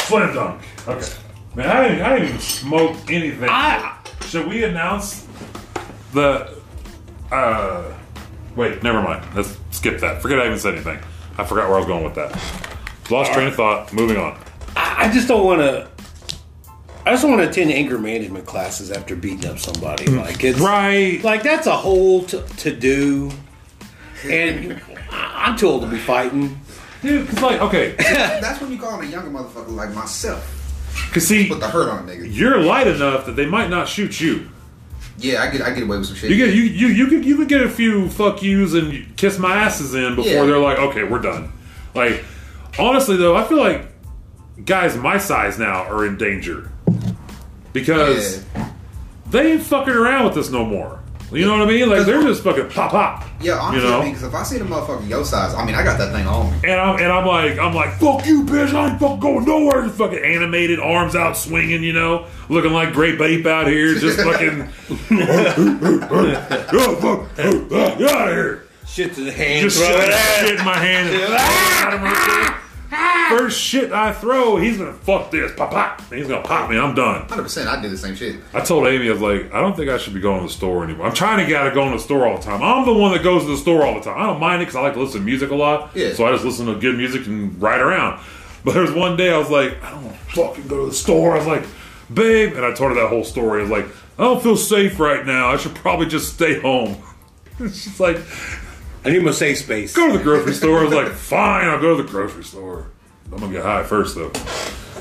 A: Slam dunk. Okay. Man, I didn't, I didn't even smoke anything.
B: I.
A: Should we announce the? Uh, wait, never mind. Let's skip that. Forget I even said anything. I forgot where I was going with that. Lost train of thought. Moving on.
B: I I just don't want to. I just want to attend anger management classes after beating up somebody. Like it's
A: Hmm. Right.
B: Like that's a whole to, to do, and I- I'm too old to be fighting.
A: Dude, because, like, okay.
C: That's when you call a younger motherfucker like myself.
A: Because, see,
C: Put the hurt on a nigga.
A: you're light enough that they might not shoot you.
C: Yeah, I get I get away with some shit.
A: You get you you you could you could get a few fuck yous and kiss my asses in before
C: Yeah.
A: they're like, okay, we're done. Like, honestly though, I feel like guys my size now are in danger because
C: yeah.
A: they ain't fucking around with this no more. You know what I mean? Like they're just fucking pop pop.
C: yeah, honestly,
A: you know.
C: because if I see the motherfucker your size, I mean, I got that thing on me.
A: And I'm and I'm like I'm like fuck you, bitch. I ain't fucking going nowhere. Just fucking animated, arms out, swinging. You know, looking like Great Bape out here, just fucking. yeah, fuck, get out of here.
B: Shit to the hand,
A: Just
B: throw it at.
A: shit in my hand. First shit I throw, he's gonna fuck this. Pop pop. And He's gonna pop me. I'm done.
C: Hundred percent, I do the same shit.
A: I told Amy, I was like, I don't think I should be going to the store anymore. I'm trying to get out of going to the store all the time. I'm the one that goes to the store all the time. I don't mind it because I like to listen to music a lot.
C: Yeah.
A: So I just listen to good music and ride around. But there was one day I was like, I don't want to fucking go to the store. I was like, babe. And I told her that whole story. I was like, I don't feel safe right now. I should probably just stay home. She's like,
B: I need my safe space.
A: go to the grocery store. I was like, fine, I'll go to the grocery store. I'm gonna get high first though.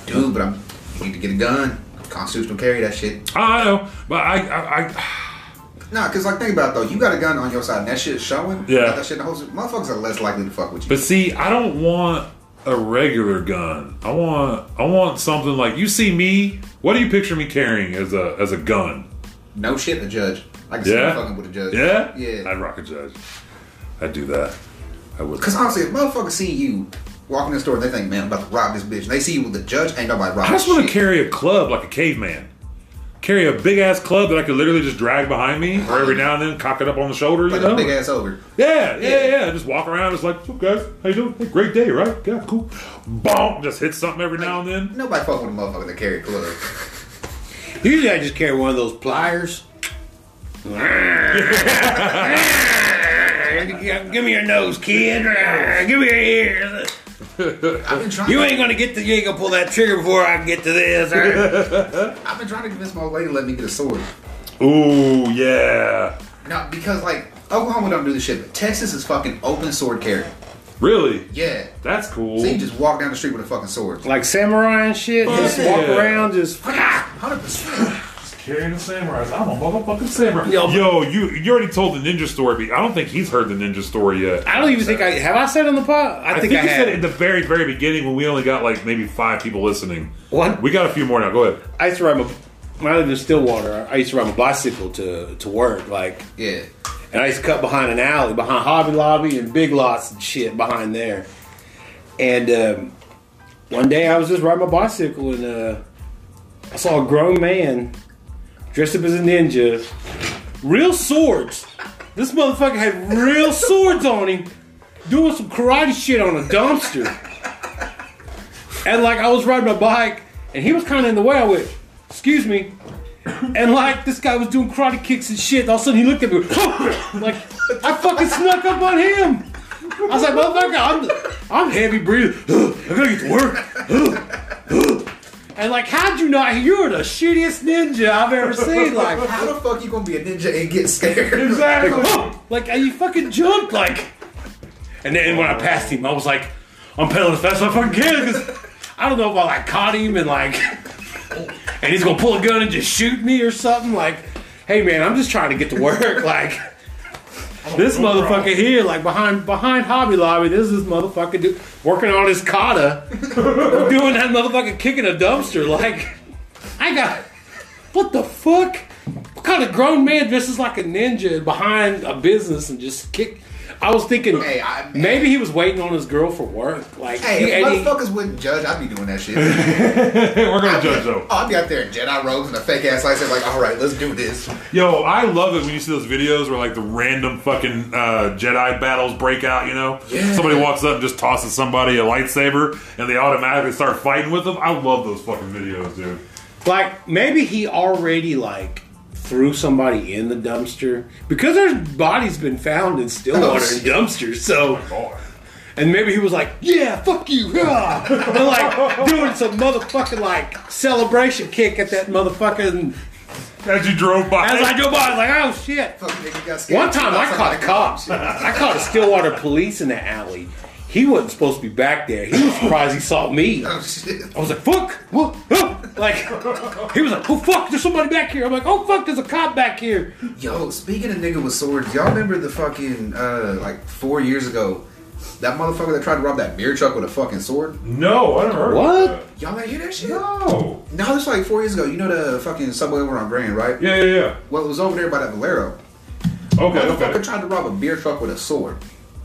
C: Dude, but I'm you need to get a gun. Constitutional carry that shit.
A: I know, but I, I, I
C: Nah, cause like think about it, though, you got a gun on your side and that shit's showing. you
A: Yeah.
C: got that shit in the holster. Motherfuckers are less likely to fuck with you.
A: but see, I don't want a regular gun. I want, I want something like you see me. What do you picture me carrying as a as a gun?
C: no shit, a judge. I can see
A: Yeah,
C: you fucking with a judge.
A: Yeah,
C: yeah.
A: I'd rock a judge. I'd do that. I would.
C: Cause honestly, if motherfuckers see you walking in the store and they think, man, I'm about to rob this bitch, and they see you with the judge, ain't nobody robbing.
A: I just want to
C: shit.
A: carry a club like a caveman. Carry a big ass club that I could literally just drag behind me, or every now and then cock it up on the shoulder. you
C: like
A: know,
C: a big ass ogre.
A: Yeah, yeah, yeah. Just walk around. It's like, okay, guys, how you doing? Hey, great day, right? Yeah, cool. Bonk. Just hit something every now and then.
C: Nobody fuck with a motherfucker that carry a club.
B: Usually I just carry one of those pliers. Give me your nose, kid. Give me your ears.
C: I've been trying.
B: You ain't gonna get the. You ain't gonna pull that trigger before I can get to this.
C: I've been trying to convince my old lady to let me get a sword.
A: Ooh, yeah.
C: No, because like Oklahoma don't do this shit, but Texas is fucking open sword carry.
A: Really?
C: Yeah.
A: That's cool.
C: So you can just walk down the street with a fucking sword.
B: like samurai and shit. Just
A: Yeah.
B: walk around, just.
C: Hundred percent.
A: Carrying the samurai. I'm a motherfucking samurai.
B: Yo,
A: Yo,
B: but-
A: you you already told the ninja story, but I don't think he's heard the ninja story yet.
B: I don't even think I have. I said on the pod. I,
A: I
B: think,
A: think,
B: I
A: you
B: had.
A: said it at the very, very beginning when we only got like maybe five people listening.
B: What?
A: We got a few more now. Go ahead.
B: I used to ride my. When I lived in Stillwater, I used to ride my bicycle to to work. Like
C: Yeah.
B: And I used to cut behind an alley, behind Hobby Lobby and Big Lots and shit behind there. And um, one day I was just riding my bicycle and uh, I saw a grown man dressed up as a ninja, real swords. This motherfucker had real swords on him, doing some karate shit on a dumpster. And like I was riding my bike and he was kind of in the way. I went, "Excuse me," And like this guy was doing karate kicks and shit. All of a sudden he looked at me like I fucking snuck up on him. I was like, motherfucker, I'm I'm heavy breathing. I gotta get to work. And like, how'd you not? You're the shittiest ninja I've ever seen. Like,
C: How the fuck you gonna be a ninja and get scared?
B: like and you fucking jumped. Like, and then when I passed him, I was like, I'm pedaling as fast as I fucking can because I don't know if I like caught him and like, and he's gonna pull a gun and just shoot me or something. Like, hey man, I'm just trying to get to work. Like. This motherfucker here, like behind behind Hobby Lobby, this is this motherfucker do, working on his kata, doing that motherfucking kicking a dumpster. Like, I got what the fuck? What kind of grown man dresses like a ninja behind a business and just kick? I was thinking
C: Hey, I-
B: maybe he was waiting on his girl for work. Like, he-
C: Hey, if
B: and he-
C: motherfuckers wouldn't judge, I'd be doing that shit. Oh,
A: Hey, we're gonna judge though.
C: I'd be out there in Jedi robes and a fake ass license, like, all right, let's do this.
A: Yo, I love it when you see those videos where like the random fucking uh, Jedi battles break out. You know,
C: Yeah.
A: somebody walks up and just tosses somebody a lightsaber, and they automatically start fighting with them. I love those fucking videos, dude.
B: like maybe he already like threw somebody in the dumpster because their body's been found in Stillwater
C: Oh,
B: in
C: shit.
B: dumpsters. So.
A: God.
B: And maybe he was like, "Yeah, fuck you!" yeah." and like doing some motherfucking like celebration kick at that motherfucker. And
A: As you drove by,
B: as I drove by, I was like, "Oh shit!"
C: Fuck, nigga got scared.
B: One time, I
C: Outside,
B: caught
C: like,
B: a cop. I caught a Stillwater police in the alley. He wasn't supposed to be back there. He was surprised he saw me.
C: Oh, shit.
B: I was like, fuck, what, huh? Like, he was like, oh fuck, there's somebody back here. I'm like, oh fuck, there's a cop back here.
C: Yo, speaking of nigga with swords, y'all remember the fucking uh like four years ago, that motherfucker that tried to rob that beer truck with a fucking sword?
A: no, I never heard.
B: What?
A: Of
C: Y'all ain't hear that shit?
A: that. No.
C: No, it's like four years ago. You know the fucking subway over on Grand, right?
A: Yeah, yeah, yeah.
C: Well, it was over there by that Valero.
A: Okay,
C: Motherfucker
A: okay.
C: tried to rob a beer truck with a sword.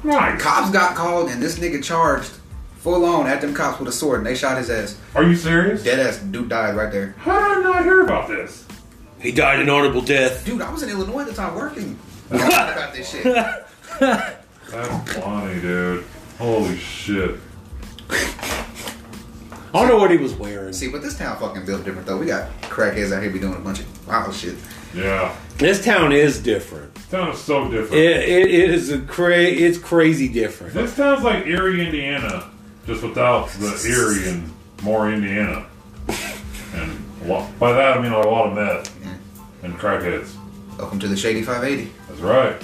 A: Nice.
C: Cops got called and this nigga charged full on at them cops with a sword and they shot his ass.
A: Are you serious?
C: Dead ass dude died right there.
A: How did I not hear about this?
B: He died an honorable death.
C: Dude, I was in Illinois at the time working. I don't know about this shit. That
A: That's funny, dude. Holy shit.
B: I don't know what he was wearing.
C: See, but this town fucking built different though. We got crackheads out here be doing a bunch of wild shit.
A: Yeah.
B: This town is different.
A: This town is so different.
B: It, it, it is a cra- it's crazy different.
A: This sounds like Erie, Indiana, just without the Erie and more Indiana. And A lot. By that I mean like a lot of meth
C: Yeah.
A: and crackheads.
C: Welcome to the Shady 580.
A: That's right.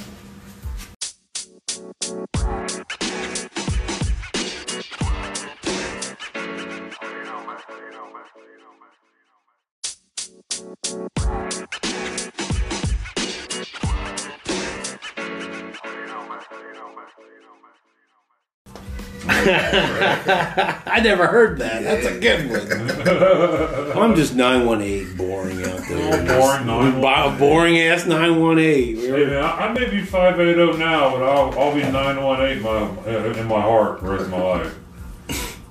B: I never heard that. That's a good one. I'm just 918 boring out there.
A: Boring, nine.
B: Bo- boring ass 918. We
A: Hey
B: were-
A: man, I, I may be five eight zero now, but I'll, I'll be nine one eight my in my heart the rest of my life.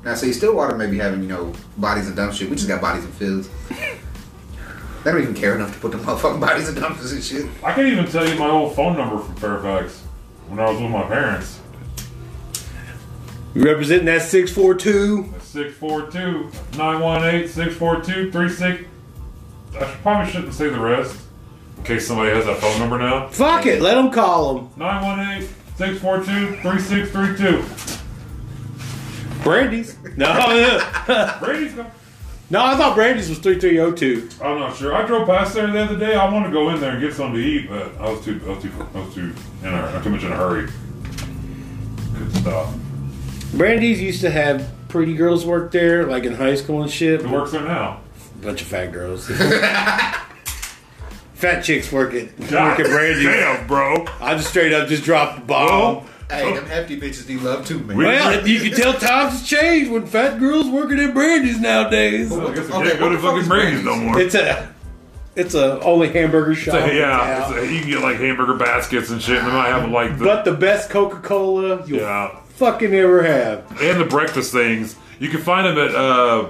C: Now, see, Stillwater may be having, you know, bodies and dumb shit. We just got bodies and fields. they don't even care enough to put the motherfucking bodies and dumpsters and shit.
A: I can even tell you my old phone number from Fairfax when I was with my parents.
B: You representing that 642?
A: 642 918 642 36. I should, probably shouldn't say the rest in case somebody has that phone number now.
B: Fuck it, let them call them.
A: 918 642 3632.
B: Brandy's. No, no,
A: Brady's got.
B: no, I thought Brandy's was 3302.
A: I'm not sure. I drove past there the other day. I wanted to go in there and get something to eat, but I was too, I was too, I was too, in a, I'm too much in a hurry. Good stuff.
B: Brandy's used to have pretty girls work there, like in high school and shit.
A: Who works there now?
B: Bunch of fat girls. fat chicks work at, work
A: God
B: at Brandy's.
A: Damn, bro.
B: I just straight up just dropped the bomb.
A: Oh,
C: Hey, them hefty bitches need love too, man.
A: We-
B: Well, you can tell times have changed when fat girls working at Brandy's nowadays.
A: I guess I
C: Okay,
A: can't
C: what
A: go to
C: the fuck
A: fucking
C: is
A: Brady's
C: Brady's?
A: no more.
B: It's a, it's a only hamburger shop.
A: So, yeah, it's a- you can get like hamburger baskets and shit, and they might have like the
B: but the best Coca Cola you'll
A: yeah,
B: fucking ever have.
A: and the breakfast things. You can find them at uh,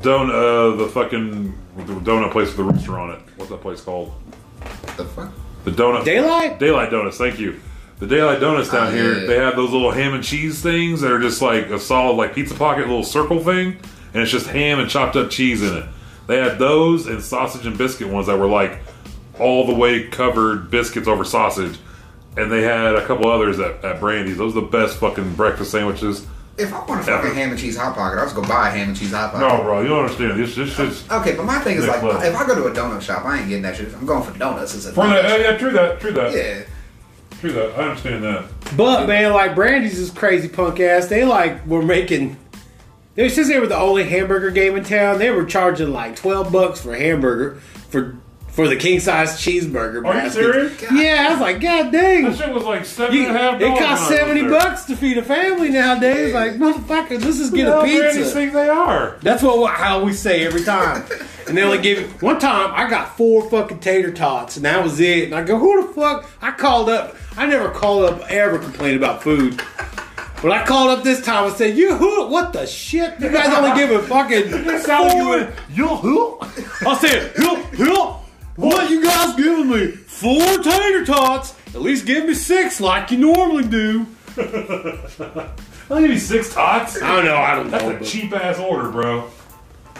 A: don uh the fucking the donut place with the rooster on it. What's that place called?
C: What the fuck?
A: The donut
B: Daylight.
A: daylight donuts. Thank you. The daylight donuts down
C: Oh,
A: here.
C: yeah.
A: They have those little ham and cheese things that are just like a solid like pizza pocket little circle thing, and it's just ham and chopped up cheese in it. They had those and sausage and biscuit ones that were like all the way covered biscuits over sausage. And they had a couple others at, at Brandy's. Those are the best fucking breakfast sandwiches.
C: If I want a fucking ham and cheese hot pocket, I was gonna buy a ham and cheese hot pocket.
A: No, Oh, bro, you don't understand. This, this, this.
C: Okay, but my thing is
A: Next
C: like,
A: level.
C: if I go to a donut shop, I ain't getting that shit. If I'm going for donuts, it's a
A: For
C: donut
A: that, yeah,
C: shop.
A: yeah, true that, true that,
C: Yeah.
A: true that. I understand that.
B: But man, like Brandy's is crazy punk ass. They like were making. They since they were the only hamburger game in town, they were charging like twelve bucks for hamburger for for the king size cheeseburger.
A: Are you
B: baskets.
A: serious?
B: Yeah, I was like, God dang.
A: That shit was like seven
B: You-
A: and a half.
B: it costs
A: dollars when I was
B: seventy
A: there.
B: bucks to feed a family nowadays. Like motherfucker, let's just get
A: How
B: a
A: bad
B: pizza.
A: these things they are.
B: That's what how we say every time. And they only give you one time. I got four fucking tater tots, and that was it. And I go, who the fuck? I called up. I never called up ever complained about food. But I called up this time and said, "You who? What the shit? You guys only give a fucking four?
A: you who?
B: I said, help, help! What you guys giving me? Four tater tots? At least give me six like you normally do."
A: I'll give you six tots.
B: I don't know. I don't
A: That's
B: know.
A: a
B: but-
A: cheap ass order, bro.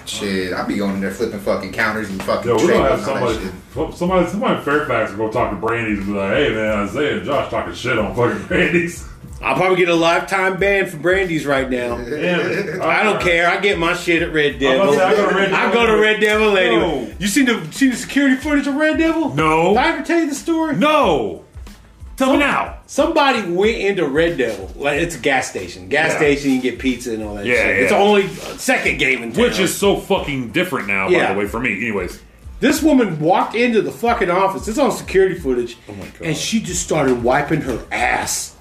C: Shit, I be going in there flipping fucking counters and fucking
A: Yo, we're
C: checking
A: gonna have
C: and all that
A: somebody,
C: shit.
A: somebody, somebody in Fairfax will go talk to Brandy's and be like, "Hey, man, Isaiah and Josh talking shit on fucking Brandy's."
B: I'll probably get a lifetime ban for Brandy's right now.
A: Damn it.
B: I don't care. I get my shit at Red Devil.
A: say, I go to Red
B: I
A: Devil.
B: go to Red Devil anyway.
A: No.
B: You seen the seen the security footage of Red Devil? Did I
A: No,
B: ever tell you the story?
A: no. Tell me now.
B: Somebody went into Red Devil. Like it's a gas station. Gas
A: Yeah.
B: station, you get pizza and all that
A: Yeah,
B: shit. It's
A: yeah.
B: the only uh, second game in town.
A: Which is so fucking different now, by
B: Yeah.
A: the way, for me. Anyways,
B: This woman walked into the fucking office. It's on security footage. Oh
A: my God.
B: And she just started wiping her ass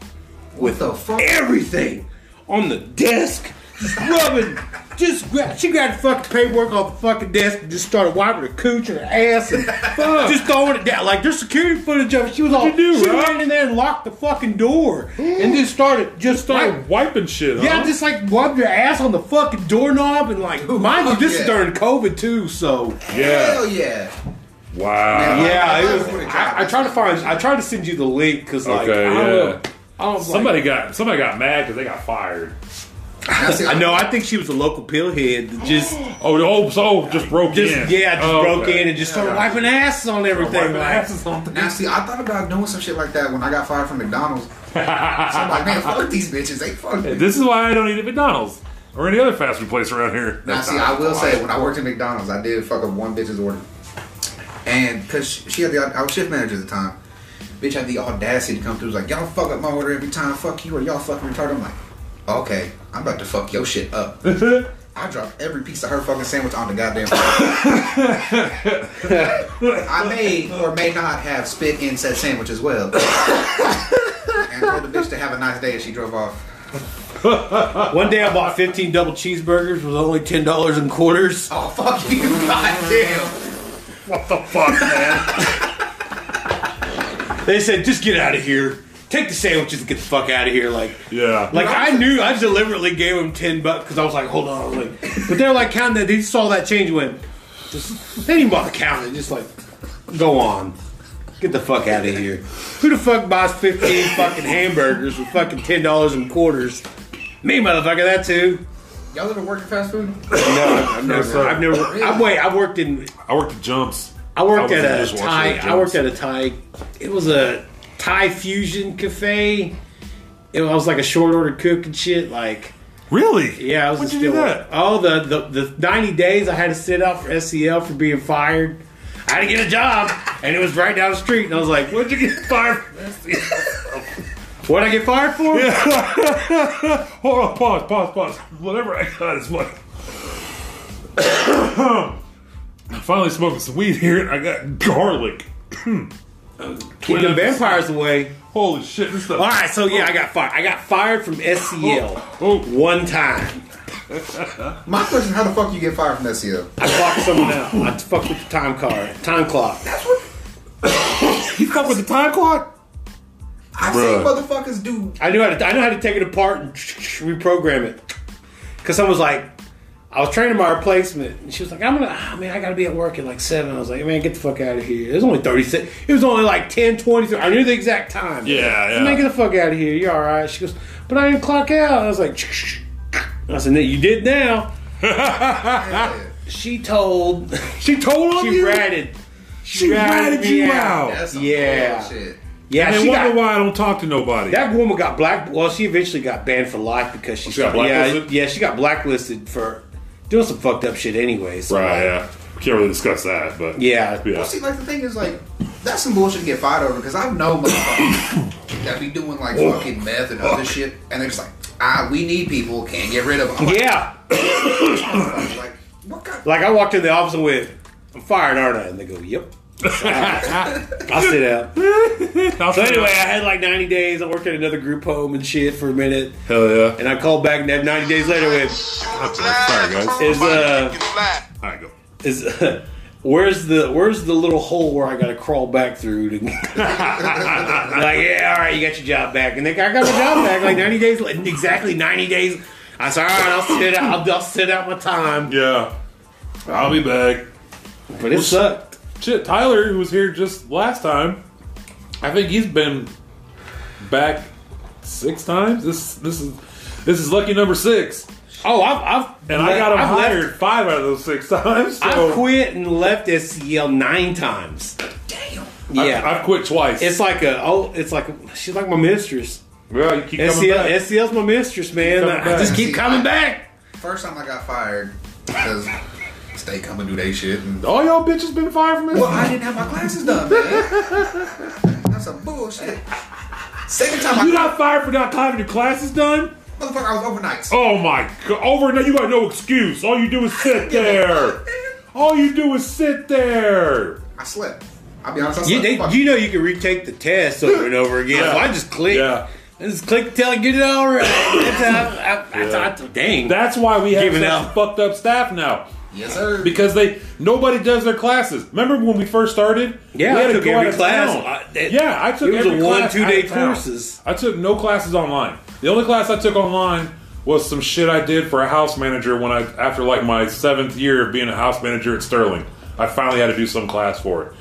B: with
C: the fuck?
B: everything on the desk, just rubbing. Just grab, she grabbed the fucking paperwork off the fucking desk and just started wiping her cooch and her ass and just throwing it down. Like there's security footage of it. She was all
A: you do,
B: she
A: Rob?
B: ran in there and locked the fucking door and then started just started
A: started wiping shit.
B: yeah,
A: huh?
B: just like rubbed your ass on the fucking doorknob and like, mind you,
C: fuck
B: this
C: yeah.
B: is during COVID too, so
A: yeah.
C: Hell yeah.
A: Wow.
B: yeah, it was.
C: What a job.
B: I, I tried to find. I tried to send you the link because like
A: Okay,
B: I don't
A: yeah.
B: know. I don't.
A: Somebody got somebody got mad because they got fired.
C: Now, see,
B: Like, I know. I think she was a local pillhead that just,
A: Oh, oh, so just broke
B: just
A: in.
B: yeah, just
A: Oh,
B: broke
A: okay.
B: in and just started
C: Yeah.
B: wiping asses on everything.
A: Wiping
B: like,
A: asses on
C: Now, see, I thought about doing some shit like that when I got fired from McDonald's. so I'm like, man, fuck these bitches. They fucked me.
A: This is why I don't eat at McDonald's. or any other fast food place around here.
C: Now, see, I will say, when I worked at McDonald's, I did fuck up one bitch's order, and because she had the, I was shift manager at the time, bitch had the audacity to come through, was like, y'all fuck up my order every time, fuck you, or y'all fucking retarded. I'm like, okay, I'm about to fuck your shit up. I dropped every piece of her fucking sandwich on the goddamn. floor. I may or may not have spit in said sandwich as well, and told the bitch to have a nice day as she drove off.
B: One day I bought 15 double cheeseburgers with only $10 in quarters.
C: Oh fuck you, goddamn.
A: what the fuck, man?
B: They said, just get out of here. Take the sandwiches and get the fuck out of here. Like,
A: yeah,
B: like I knew I deliberately gave them 10 bucks because I was like, hold on. I was like, but they were like counting that. They just saw that change and went, just, they didn't even bother counting. Just like, go on. Get the fuck out of here. Who the fuck buys 15 fucking hamburgers with fucking $10 in quarters? Me, motherfucker, that too.
C: Y'all ever work at fast food?
B: No, I've
A: No,
B: never.
A: sir.
B: I've never. I, wait, I worked in
A: I worked at Jumps.
B: I worked
A: was
B: at a
A: dishwasher
B: Thai. I
A: Jumps.
B: worked at a Thai. It was a Thai fusion cafe. It was like a short order cook and shit. Like
A: really.
B: yeah, I was
A: When'd
B: just
A: you do
B: doing-
A: that?
B: Oh, the, the the ninety days I had to sit out for SEL for being fired. I had to get a job, and it was right down the street. And I was like, "What'd you get fired? E What'd I get fired for?"
A: Hold on, pause, pause, pause. Whatever I got is what. I'm finally smoking some weed here, and I got garlic.
B: Keep the vampires away.
A: Holy shit, this stuff.
B: All right, so yeah, I got fired. I got fired from SEL
A: Oh.
B: one time.
C: My question: How the fuck you get fired from E SEO?
B: I fucked someone out. I fucked with the time card, time clock.
A: You fuck with the time clock?
C: I've
A: Bruh.
C: seen motherfuckers do.
B: I knew how to. I know how to take it apart and reprogram it. Cause I was like, I was training my replacement, and she was like, "I'm gonna, ah, man, I gotta be at work at like 7. I was like, "Man, get the fuck out of here." It was only thirty six. It was only like 10, 20. I knew the exact time.
A: Yeah, yeah.
B: Man, get the fuck out of here. You're all right. She goes, "But I didn't clock out." I was like, "I said, "No, you did now." Ah. She told.
A: She told on
B: She
A: you.
B: ratted.
A: She ratted
B: me
A: you out.
C: That's some
B: Yeah.
C: bullshit.
B: Yeah,
A: And
B: she
A: wonder
B: got,
A: why I don't talk to nobody.
B: That woman got black. Well, she eventually got banned for life because she,
A: She got blacklisted?
B: Yeah, yeah, she got blacklisted for doing some fucked up shit. Anyways,
A: right? Yeah. We can't really discuss that, but
B: Yeah.
A: yeah.
C: Well, see, like the thing is, like that's some bullshit to get fired over because I know motherfuckers that be doing like
B: Oh.
C: fucking meth and other shit, and they're just like, ah, we need people, can't get rid of them. I'm like,
B: yeah.
C: I'm like, what kind?
B: Like I walked in the office and went, "I'm fired, aren't I?" And they go, "Yep." I'll sit out.
A: I'll
B: So
A: say-
B: anyway, I had like 90 days. I worked at another group home and shit for a minute,
A: hell yeah.
B: and I called back and that 90 days later with,
A: Sorry, guys.
B: Is, uh,
A: All right, go.
B: "Is where's the where's the little hole where I got to crawl back through?" To like, yeah, all right, you got your job back, and they, I got my job back like ninety days, like, exactly ninety days. I said, all right, I'll sit out, I'll, I'll sit out my time,
A: Yeah. I'll be back.
B: but it sucked.
A: Shit, Tyler, who was here just last time, I think he's been back six times. This this is this is lucky number six,
B: Oh, I've, I've
A: and I got him
B: I've
A: hired
B: Left,
A: five out of those six times. So
B: I've quit and left SEL nine times.
C: Damn.
A: I've-
B: Yeah,
A: I've quit twice.
B: it's like a oh, it's like a, she's like my mistress.
A: well, you keep coming
B: SEL,
A: back.
B: SEL's my mistress, man.
A: coming
B: I, I just
A: back.
B: keep
C: See,
B: coming
C: I-
B: back.
C: First time I got fired because they come and do they shit, and
A: All y'all bitches been fired from this.
C: well, I didn't have my classes done, man. That's some bullshit. Second time
A: You
C: I
A: got fired for not having your classes done?
C: motherfucker, I was overnights.
A: Oh my god! Over now, you got no excuse. All you do is sit there. All you do is sit there.
C: I slept. I'll be honest, I slept.
B: You, they,
C: Fuck
B: you know you can retake the test over and over again.
A: Yeah.
B: So I just click.
A: Yeah.
B: I just click till I get it all right. That's how I, I, that's how I- dang.
A: That's why we have
B: Giving
A: such
B: out.
A: fucked up staff now.
C: Yes, sir.
A: because they nobody does their classes. Remember when we first started?
B: Yeah,
A: we
B: I took every
A: out of
B: class.
A: town.
B: I- that-
A: yeah, I took
B: it was
A: every
B: a one,
A: class
B: two
A: out of
B: day
A: town.
B: courses.
A: I took no classes online. The only class I took online was some shit I did for a house manager when I after like my seventh year of being a house manager at Sterling. I finally had to do some class for it.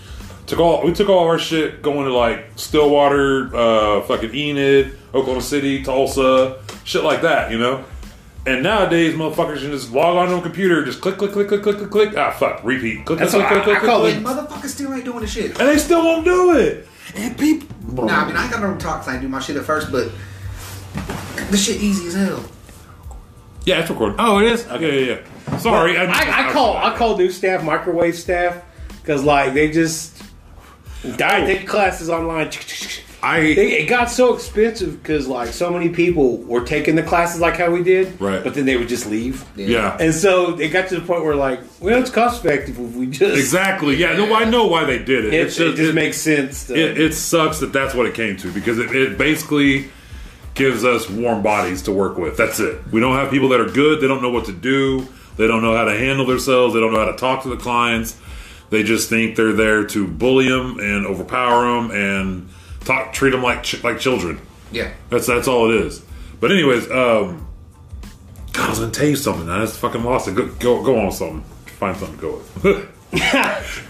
A: Took all we took all our shit going to like Stillwater, uh, fucking Enid, Oklahoma City, Tulsa, shit like that, you know. And nowadays, motherfuckers can just log on to a computer, just click, click, click, click, click, click, click. Ah, fuck, repeat. Click, click,
B: That's
A: click, click,
B: what I-
A: click,
B: I call
A: click,
B: it-
A: click.
C: motherfuckers still ain't doing the shit.
A: And they still won't do it. And people,
C: Nah, I mean, I ain't got no talks. I ain't do my shit at first, but the shit easy as hell.
A: Yeah, it's recording.
B: Oh, it is.
A: Okay, yeah, yeah, yeah. Sorry,
B: I, I call I call new staff microwave staff because like they just died. They classes online.
A: I
B: They, it got so expensive because like so many people were taking the classes like how we did,
A: Right.
B: But then they would just leave,
A: yeah.
B: and so it got to the point where like, well, it's cost effective if we just
A: Exactly. Yeah. No, I know why they did it.
B: It,
A: It's
B: it just
A: it-
B: makes sense. To,
A: it, it sucks that that's what it came to because it, it basically gives us warm bodies to work with. That's it. We don't have people that are good. They don't know what to do. They don't know how to handle themselves. They don't know how to talk to the clients. They just think they're there to bully them and overpower them and talk, treat them like ch- like children.
C: Yeah.
A: That's that's all it is. But anyways, um, God, I was gonna tell you something. I just fucking lost it. Go go, go on with something. Find something to go with.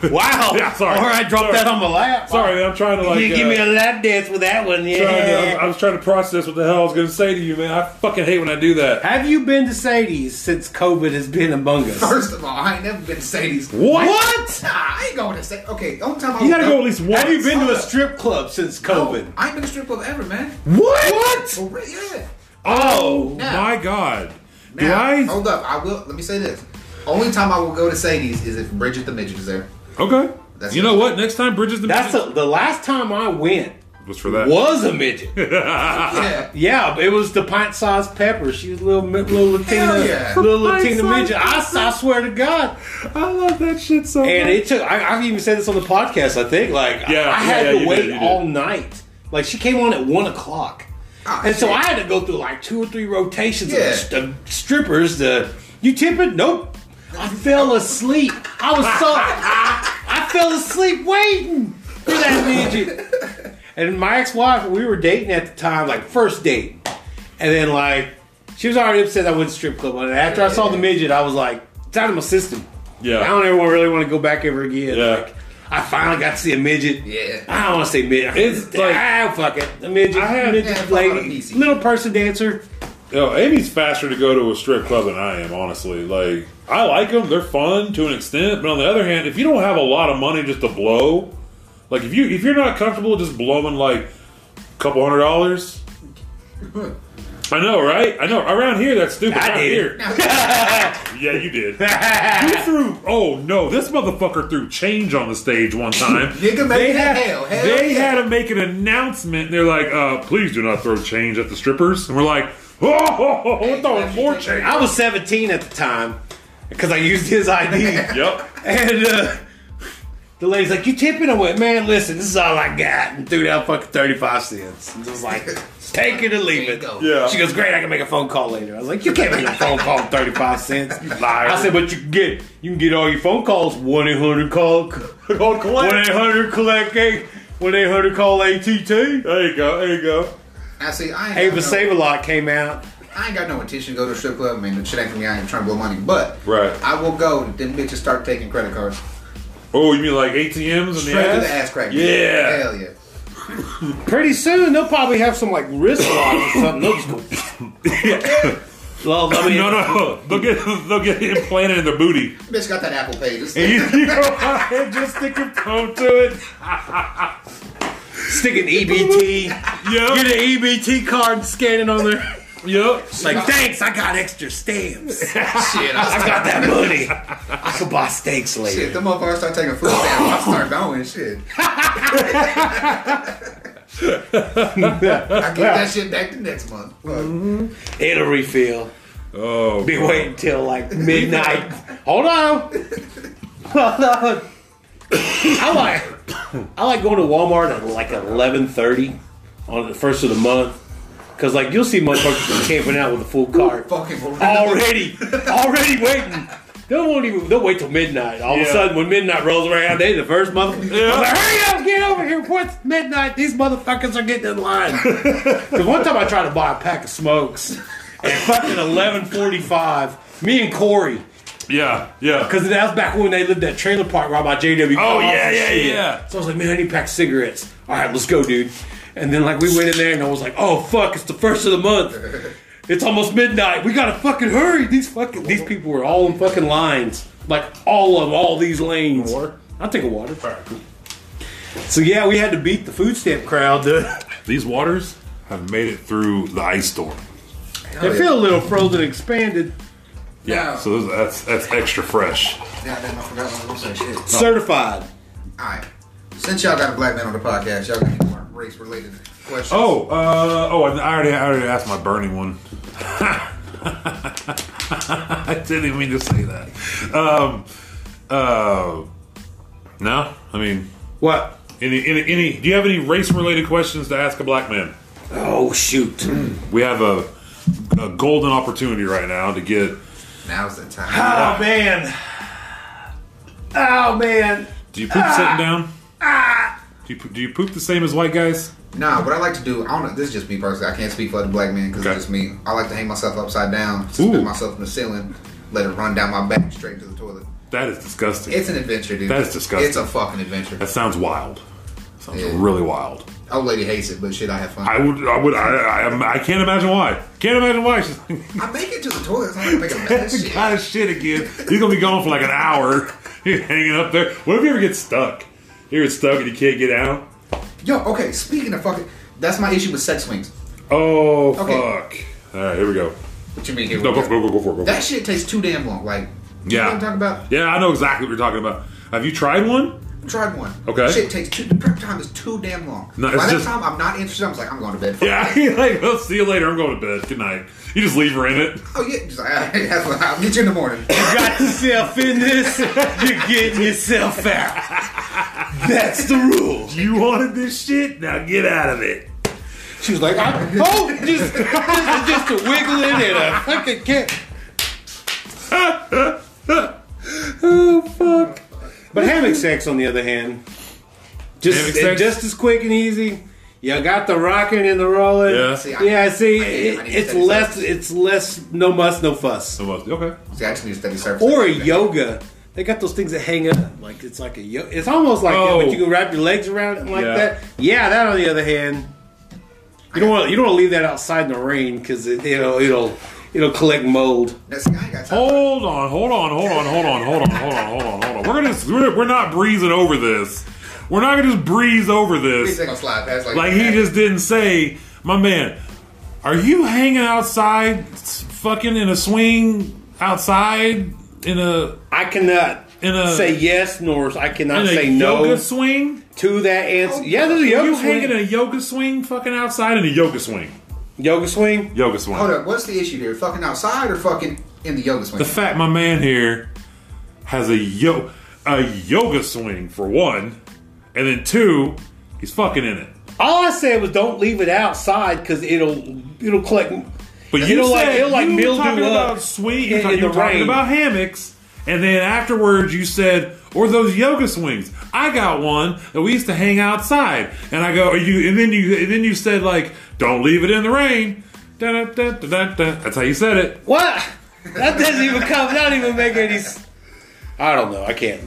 B: wow.
A: Yeah, sorry.
B: Or I dropped
A: Sorry.
B: that on my lap.
A: Sorry, man, I'm trying to like.
B: you give
A: uh,
B: me a lap dance with that one. Yeah.
A: trying to, I was trying to process what the hell I was going to say to you, man. I fucking hate when I do that.
B: Have you been to Sadie's since COVID has been among us?
C: First of all, I ain't never been to Sadie's.
A: What?
C: Nah, I ain't going to say. Okay, only time I
A: You
C: was-
A: gotta go at least once.
B: Have you been to a strip club since COVID?
C: I ain't been to strip club ever, man.
A: What? What?
C: For real, yeah.
A: Oh
C: Now.
A: my god! Do
C: Now,
A: I?
C: hold up. I will. Let me say this. Only time I will go to Sadie's is if Bridget the Midget is there.
A: Okay.
C: That's
A: you
C: it.
A: know what? Next time, Bridges the
B: That's
A: Midget
B: a, the last time I went
A: was for that.
B: was a midget.
C: Yeah.
B: yeah, it was the pint-sized pepper. She was a little mi- little Latina,
C: Hell yeah.
B: little Latina
A: Pint-sized
B: midget. I, I swear to God.
A: I love that shit so
B: And
A: much.
B: it took. I, I've even said this on the podcast. I think like I-
A: Yeah,
B: I had
A: yeah, yeah,
B: to
A: you
B: wait
A: did, you did.
B: all night. Like she came on at one o'clock,
C: Ah,
B: and so
C: shit.
B: I had to go through like two or three rotations
C: Yeah.
B: of st- strippers. The you tip it? Nope. I fell asleep. I was so I, I fell asleep waiting for that midget. And my ex-wife, we were dating at the time, like first date, and then like she was already upset I went to strip club. And after I saw the midget, I was like, it's out of my system.
A: Yeah.
B: I don't ever really want to go back ever again.
A: Yeah.
B: Like, I finally got to see a midget.
C: Yeah.
B: I don't want to say midget.
A: It's like-
B: ah, fuck it. A midget.
A: I had-
B: midget
C: Yeah, fuck all the
B: lady.
C: PC.
B: Little person dancer.
A: Yo, Amy's faster to go to a strip club than I am. Honestly, like I like them. They're fun to an extent, but on the other hand, if you don't have a lot of money just to blow, like if you if you're not comfortable just blowing like a couple hundred dollars. I know, right? I know. Around here, that's stupid.
B: I
A: Not
B: did.
A: here. yeah, you did. You threw. Oh no, this motherfucker threw change on the stage one time.
C: You can make
A: they
C: it
A: had,
C: hell, hell
A: they had
C: yeah.
A: to make an announcement. And they're like, uh, "Please do not throw change at the strippers." And we're like, "Oh, ho, ho, ho, we're throwing more change."
B: I was 17 at the time because I used his ID.
A: Yep.
B: and uh, the lady's like, You tipping? I went, Man, listen, this is all I got. And threw down fucking 35 cents. And I was like, Take it or leave
C: There you
B: it.
C: go.
A: Yeah.
B: She goes, Great, I can make a phone call later. I was like, You can't make a phone call with 35 cents. You liar. I said, But you can get you can get all your phone calls 1 800 call 1
A: Called collect.
B: 800 collect 1 800 call ATT.
A: There you go. There you go.
C: I see. I ain't.
B: Ava
C: got no,
B: Save a Lot came out.
C: I ain't got no intention to go to a strip club. I mean, the shit ain't for me. I ain't trying to blow money, but
A: Right.
C: I will go. Then bitches start taking credit cards.
A: Oh, you mean like ATMs and
C: Straight to
A: the
C: the
A: ass?
C: ass crack.
A: Yeah.
C: Hell yeah.
B: Pretty soon they'll probably have some like wristwatch or something. They'll just go. well, I mean,
A: No, no, they'll get they'll get it implanted in their booty.
C: Bitch got that Apple Pay. Just-
A: You, you know, I just stick your phone to it.
B: stick an EBT, E get
A: Yep,
B: an EBT card, and scan it on there.
A: yep.
B: It's like, thanks, I got extra stamps. I
C: shit. I start,
B: got that money. I could buy steaks later.
C: shit. The motherfuckers start taking food stamps. I start going. Shit. I get that shit back the next month. Fuck.
B: It'll refill.
A: Oh,
B: Be waiting till like midnight. Hold on. Hold on. I like I like going to Walmart at like eleven thirty on the first of the month. Cause like you'll see motherfuckers camping out with a full cart.
C: Fucking horrendous.
B: Already, already waiting. They won't even they'll wait till midnight. All of
A: Yeah.
B: a sudden when midnight rolls around, they the first motherfucker.
A: Yeah.
B: Hurry up, get over here. What's midnight? These motherfuckers are getting in line. Because one time I tried to buy a pack of smokes at fucking eleven forty five. Me and Corey,
A: yeah, yeah.
B: because that was back when they lived at trailer park right by JW.
A: Oh,
B: Collins
A: yeah,
B: and
A: yeah,
B: shit.
A: yeah.
B: So I was like, man, I need a pack of cigarettes. All right, let's go, dude. And then like we went in there and I was like, oh fuck, it's the first of the month. It's almost midnight. We gotta fucking hurry. These fucking these people were all in fucking lines, like all of all these lanes.
A: Water?
B: I'll take a water. So yeah, we had to beat the food stamp crowd. To,
A: These waters have made it through the ice storm.
C: Hell
B: They
C: yeah.
B: feel a little frozen expanded.
A: Yeah, so those- that's that's extra fresh.
C: God damn, I forgot what I was gonna say. Shit.
B: Certified.
C: All right. Since y'all got a black man on the podcast, y'all got any more race related questions?
A: Oh, uh, oh, I already, I already asked my burning one. I didn't even mean to say that. Um, uh, no, I mean,
B: What?
A: any, any, any, do you have any race related questions to ask a black man?
B: Oh shoot.
A: We have a, a golden opportunity right now to get.
C: Now's the time.
B: Oh man. Oh man.
A: Do you poop sitting down? Do you, po- do you poop the same as white guys?
C: Nah, what I like to do, I don't. This is just me personally. I can't speak for other black men because
A: Okay.
C: it's just me. I like to hang myself upside down, suspend
A: Ooh.
C: myself in the ceiling, let it run down my back straight to the toilet.
A: That is disgusting.
C: It's an adventure, dude.
A: That is disgusting.
C: It's a fucking adventure.
A: that sounds wild. Sounds
C: Yeah.
A: really wild.
C: Old lady hates it, but shit, I have fun.
A: I
C: I,
A: would, I would, I, I, I can't imagine why. Can't imagine why. She's
C: make it to the toilet. It's not like I make a mess.
A: that
C: shit.
A: kind of shit again. You're gonna be gone for like an hour. You're hanging up there. What if you ever get stuck? You get stuck and you can't get out.
C: Yo, okay. Speaking of fucking, that's my issue with sex swings.
A: Oh
C: Okay.
A: fuck! All right, here we go.
C: What you mean here? we
A: No, go,
C: go.
A: go, go, go for it. Go for
C: That
A: it.
C: shit takes too damn long. Like, you know what
A: Yeah.
C: I'm talking about?
A: Yeah, I know exactly what you're talking about. Have you tried one?
C: Tried one.
A: Okay.
C: Shit takes too. The prep time is too damn long.
A: No, it's
C: By that
A: just-
C: time, I'm not interested. I'm just like, I'm going to bed. Fuck
A: Yeah. You're like, well, see you later. I'm going to bed. Good night. You just leave her in it.
C: Oh yeah, just, that's what I'll get you in the morning.
B: You got yourself in this, you're getting yourself out. That's the rule.
A: You wanted this shit? Now get out of it.
B: She was like, I, oh, just, just, just a wiggling and a fucking cat. oh, fuck. But having sex, on the other hand, just,
A: Having sex?
B: just as quick and easy. You got the rocking and the rolling.
A: Yeah.
C: See,
B: see,
C: I-
B: see
C: I need- I
B: it-
C: need
B: it's
C: steady
B: less.
C: sex.
B: It's less. No muss, no fuss.
A: So, uh, Okay.
C: See, I just need to study service.
B: Or yoga. They got those things that hang up. Like it's like a yo- It's almost like
A: Oh.
B: that, but you can wrap your legs around it like
A: Yeah.
B: that. Yeah, that on the other hand, you don't want you don't want to leave that outside in the rain because it, it'll it'll it'll collect mold.
C: Now, see, I ain't got time.
A: Hold on, hold on, hold on, hold on, hold on, hold on, hold on, hold on. We're gonna we're, we're not breezing over this. We're not gonna just breeze over
C: He's
A: this.
C: gonna slide past like,
A: Like he just didn't say, my man, are you hanging outside s- fucking in a swing outside in a
B: I cannot
A: In a-
B: say yes nor I cannot
A: in a
B: say
A: yoga
B: no
A: swing?
B: to that answer. yeah, there's a
A: Are you
B: yoga
A: hanging in
B: swing.
A: a yoga swing fucking outside in a yoga swing?
B: Yoga swing.
A: Yoga swing.
C: Hold up, what's the issue there? Fucking outside or fucking in the yoga swing?
A: The fact my man here has a yo a yoga swing for one, and then two, he's fucking in it.
B: All I said was don't leave it outside because it'll it'll collect.
A: But you
B: It'll,
A: said
B: like- it'll, like,
A: you were
B: mildew
A: talking
B: up
A: about swing. You're
B: in-
A: talking,
B: in
A: you were
B: the
A: talking
B: rain.
A: about hammocks, and then afterwards you said, "Or those yoga swings." I got one that we used to hang outside, and I go, "Are you?" And then you, and then you said, "Like, don't leave it in the rain." Da-da-da-da-da-da. That's how you said it.
B: What? That doesn't even come. That don't even make any. s- I don't know. I can't.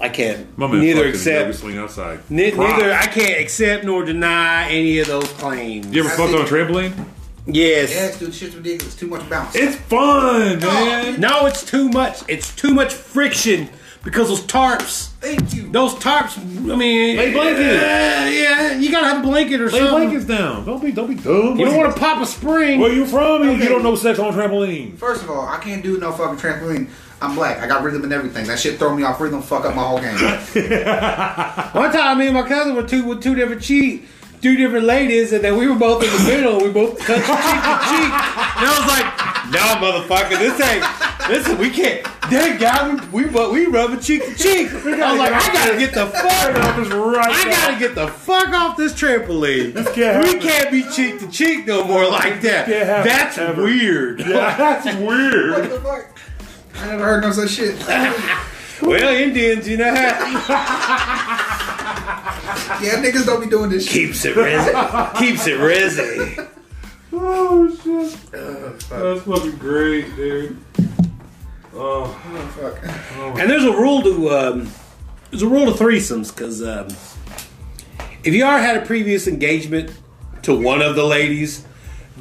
B: I can't.
A: My man
B: neither
A: fucking yoga
B: accept.
A: swing outside.
B: ni-
A: Props.
B: neither I can't accept nor deny any of those claims.
A: You ever
C: I
A: fucked
C: see-
A: on a trampoline?
B: Yes.
C: yes, dude, shit's ridiculous. Too much bounce.
A: It's fun, man.
B: No, it's too much. It's too much friction because those tarps.
C: Thank you.
B: Those tarps. I mean,
A: Lay blanket.
B: Uh, yeah, you gotta have a blanket or
A: Lay
B: something.
A: blankets down. Don't be, Um, don't be dumb.
B: You don't want to pop a spring.
A: Where you from? You-
C: Okay.
A: You don't know sex on a trampoline.
C: First of all, I can't do no fucking trampoline. I'm black. I got rhythm and everything. That shit throw me off rhythm. Fuck up my whole game.
B: One time, me and my cousin were two with two different cheat, two different ladies, and then we were both in the middle. We both touched cheek to cheek, and I was like, "No, motherfucker, this ain't. Listen, we can't. That guy, we we, bu- we rubbing cheek to cheek." I was like, "I gotta get the fuck."
A: Up is right.
B: I
A: now.
B: gotta get the fuck off this trampoline.
A: can't
B: we
A: happen.
B: can't be cheek to cheek no more like that.
A: Can't happen,
B: That's
A: ever.
B: weird.
A: Yeah, that's
C: what
A: weird.
C: the fuck? I never heard no such shit. yeah,
B: Well, Indians, you know,
C: niggas don't be doing this shit.
B: keeps it resi. Keeps it resi.
A: Oh shit. That's fucking great, dude. Oh,
C: Fuck.
B: And there's a rule to um, there's a rule to threesomes because um, if you are had a previous engagement to one of the ladies,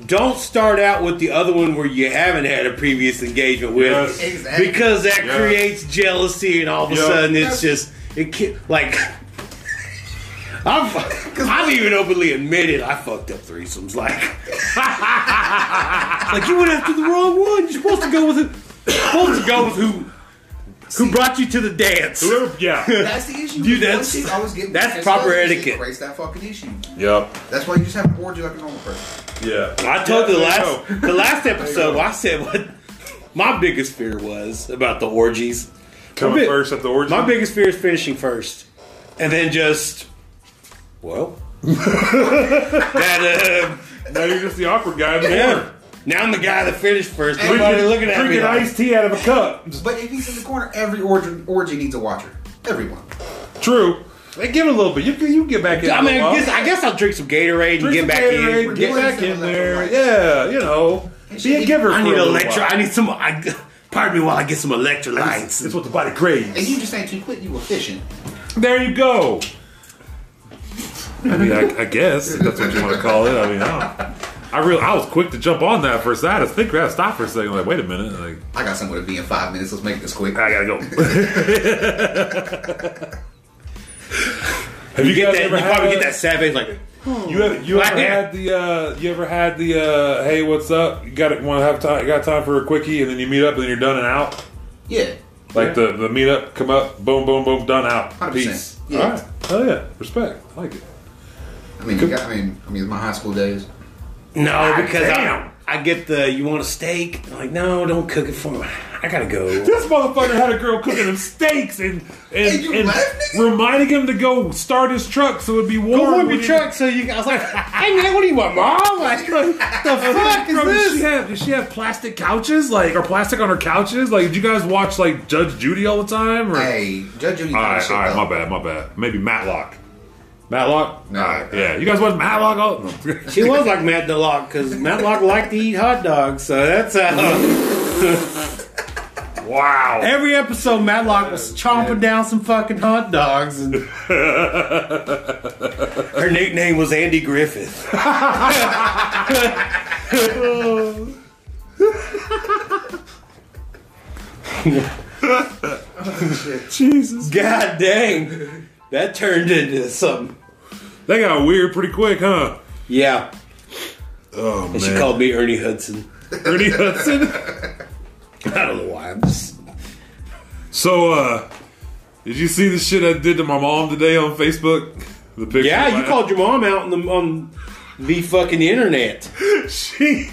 B: don't start out with the other one where you haven't had a previous engagement with,
A: Yes.
C: Exactly.
B: because that
A: Yes.
B: creates jealousy, and all of a
A: Yeah.
B: sudden it's just it ca- like. I've, I've even openly admitted I fucked up threesomes. Like, Like you went after the wrong one. You're supposed to go with who, supposed to go with who who brought you to the dance.
A: Whoever, yeah.
C: That's the issue.
B: Dude,
C: One
B: that's-
C: chick always get-
B: that's
C: that's
B: proper
C: the issue.
B: etiquette.
C: Erase that fucking issue.
A: yep.
C: That's why you just have an orgy like a normal person.
A: Yeah.
B: I told
A: Yeah,
B: you the
A: there
B: last
A: you
B: the last
C: There you
B: episode.
C: go.
B: I said what my biggest fear was about the orgies.
A: Coming
B: My big-
A: first at the origin.
B: My biggest fear is finishing first, and then just well. that uh,
A: now you're just the awkward guy in the
B: yeah.
A: corner.
B: Now I'm the guy that finished first.
C: Drinking-
B: Everybody looking at me.
A: drinking
B: like-
A: iced tea out of a cup.
C: But if he's in the corner, every orgy, orgy needs a watcher. Everyone.
A: True. Hey, give it a little bit. You can you can get back in.
B: I
A: a
B: mean,
A: little
B: I
A: while.
B: guess, I guess I'll drink some Gatorade
A: Drink
B: and get
A: some
B: back
A: Gatorade,
B: in.
A: Get
C: We're
A: back
C: doing
A: in
C: some
A: there.
C: electrolytes.
A: Yeah, you know. Be a giver.
B: I
A: for
B: need
A: a little
B: electro.
A: while.
B: I need some. I, pardon me while I get some electrolytes.
A: It's what the body craves.
C: And you just ain't too quick, you efficient.
A: There you go. I mean, I, I guess if that's what you want to call it. I mean, I, don't- I really, I was quick to jump on that first. I had to think, I had to stop for a second. Like, wait a minute, like
C: I got somewhere to be in five minutes. Let's make this quick.
A: I gotta go. Have you,
B: You get
A: guys
B: that.
A: ever
B: You
A: had
B: probably
A: a-
B: get that savage like.
A: You have, you ever
B: Yeah.
A: had the uh, you ever had the uh, hey, what's up? You got want to have time? You got time for a quickie, and then you meet up, and then you're done and out.
C: Yeah.
A: Like the the meetup, come up, boom, boom, boom, done out.
C: 100%.
A: Peace.
C: Yeah.
A: All right. Hell yeah. Respect. I like it.
C: I mean, you got, I mean, I mean, my high school days.
B: No, because I,
A: damn.
B: I get the you want a steak. I'm like, no, don't cook it for me. I gotta go.
A: This motherfucker had a girl cooking him steaks and and,
C: And you
A: and
C: left, nigga?
A: reminding him to go start his truck so it'd be warm.
B: Go warm
A: when
B: your
A: he-
B: truck. So you, I was like, hey man, what do you want, mom? Like, what the
A: And
B: fuck
A: then,
B: is
A: bro, Does she
B: this?
A: have does she have plastic couches like or plastic on her couches? Like, did you guys watch like Judge Judy all the time? Or?
C: Hey, Judge Judy.
A: all right,
C: shit,
A: all right,
C: though.
A: my bad, my bad. Maybe Matlock. Matlock.
C: No.
A: all right, yeah. You guys watch Matlock? All- no.
B: She was like Matlock because Matlock liked to eat hot dogs. So that's uh,
A: wow.
B: every episode. Matlock was chomping down some fucking hot dogs. And her nickname was Andy Griffith.
A: Jesus.
B: God dang, that turned into something.
A: They got weird pretty quick, huh?
B: Yeah,
A: Oh man.
B: and she called me Ernie Hudson.
A: Ernie Hudson.
B: I don't know why. I'm just
A: So, uh, did you see the shit I did to my mom today on Facebook? The picture. of
B: yeah.
A: my-
B: You called your mom out on the on the fucking internet.
A: she.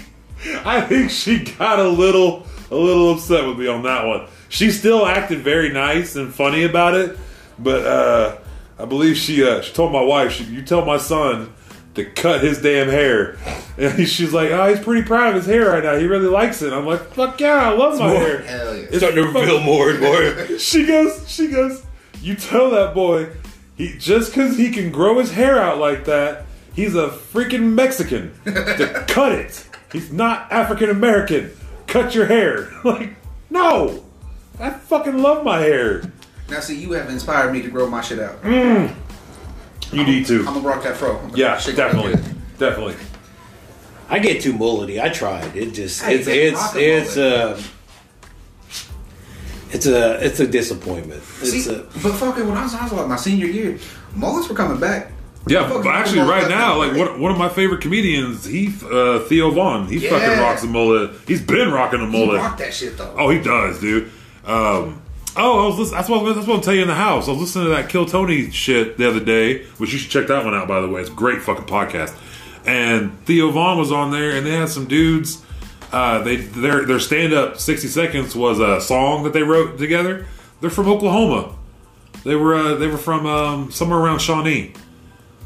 A: I think she got a little, a little upset with me on that one. She still acted very nice and funny about it, but uh, I believe she uh, she told my wife, she, "You tell my son to cut his damn hair." And she's like, "Oh, he's pretty proud of his hair right now. He really likes it." I'm like, "Fuck yeah, I love my hair."
C: Hell yeah.
A: It's
B: Starting to
A: fucking-
B: reveal more and more.
A: she goes, she goes, you tell that boy, he just because he can grow his hair out like that, he's a freaking Mexican. to cut it. He's not African American. Cut your hair. Like, no. I fucking love my hair.
C: Now, see, you have inspired me to grow my shit out.
A: You need
C: I'm
A: to.
C: gonna rock that fro. I'm gonna
A: Mm. Yeah,
C: shake it
A: definitely.
C: like this.
A: Definitely.
B: I get too mullety. I tried. It just
C: Hey,
B: it's
C: man,
B: it's
C: rock a
B: it's
C: mullet.
B: uh it's a it's a disappointment. It's
C: See,
B: a
C: but fucking when I was in high school, like my senior year, mullets were coming back.
A: Yeah,
C: Fucking
A: but actually,
C: mullets
A: right
C: left
A: now,
C: and
A: like
C: right.
A: one, one of my favorite comedians, he uh, Theo Vaughn, he fucking
C: Yeah.
A: rocks a mullet. He's been rocking a
C: You
A: mullet.
C: rock that shit though.
A: Oh, he does, dude. Um, oh, I was listening. That's what, I was- that's what I'm telling you in the house. I was listening to that Kill Tony shit the other day, which you should check that one out, by the way. It's a great fucking podcast. And Theo Vaughn was on there, and they had some dudes. Uh, they their their stand up 60 seconds was a song that they wrote together. They're from Oklahoma. They were uh, they were from um, somewhere around Shawnee.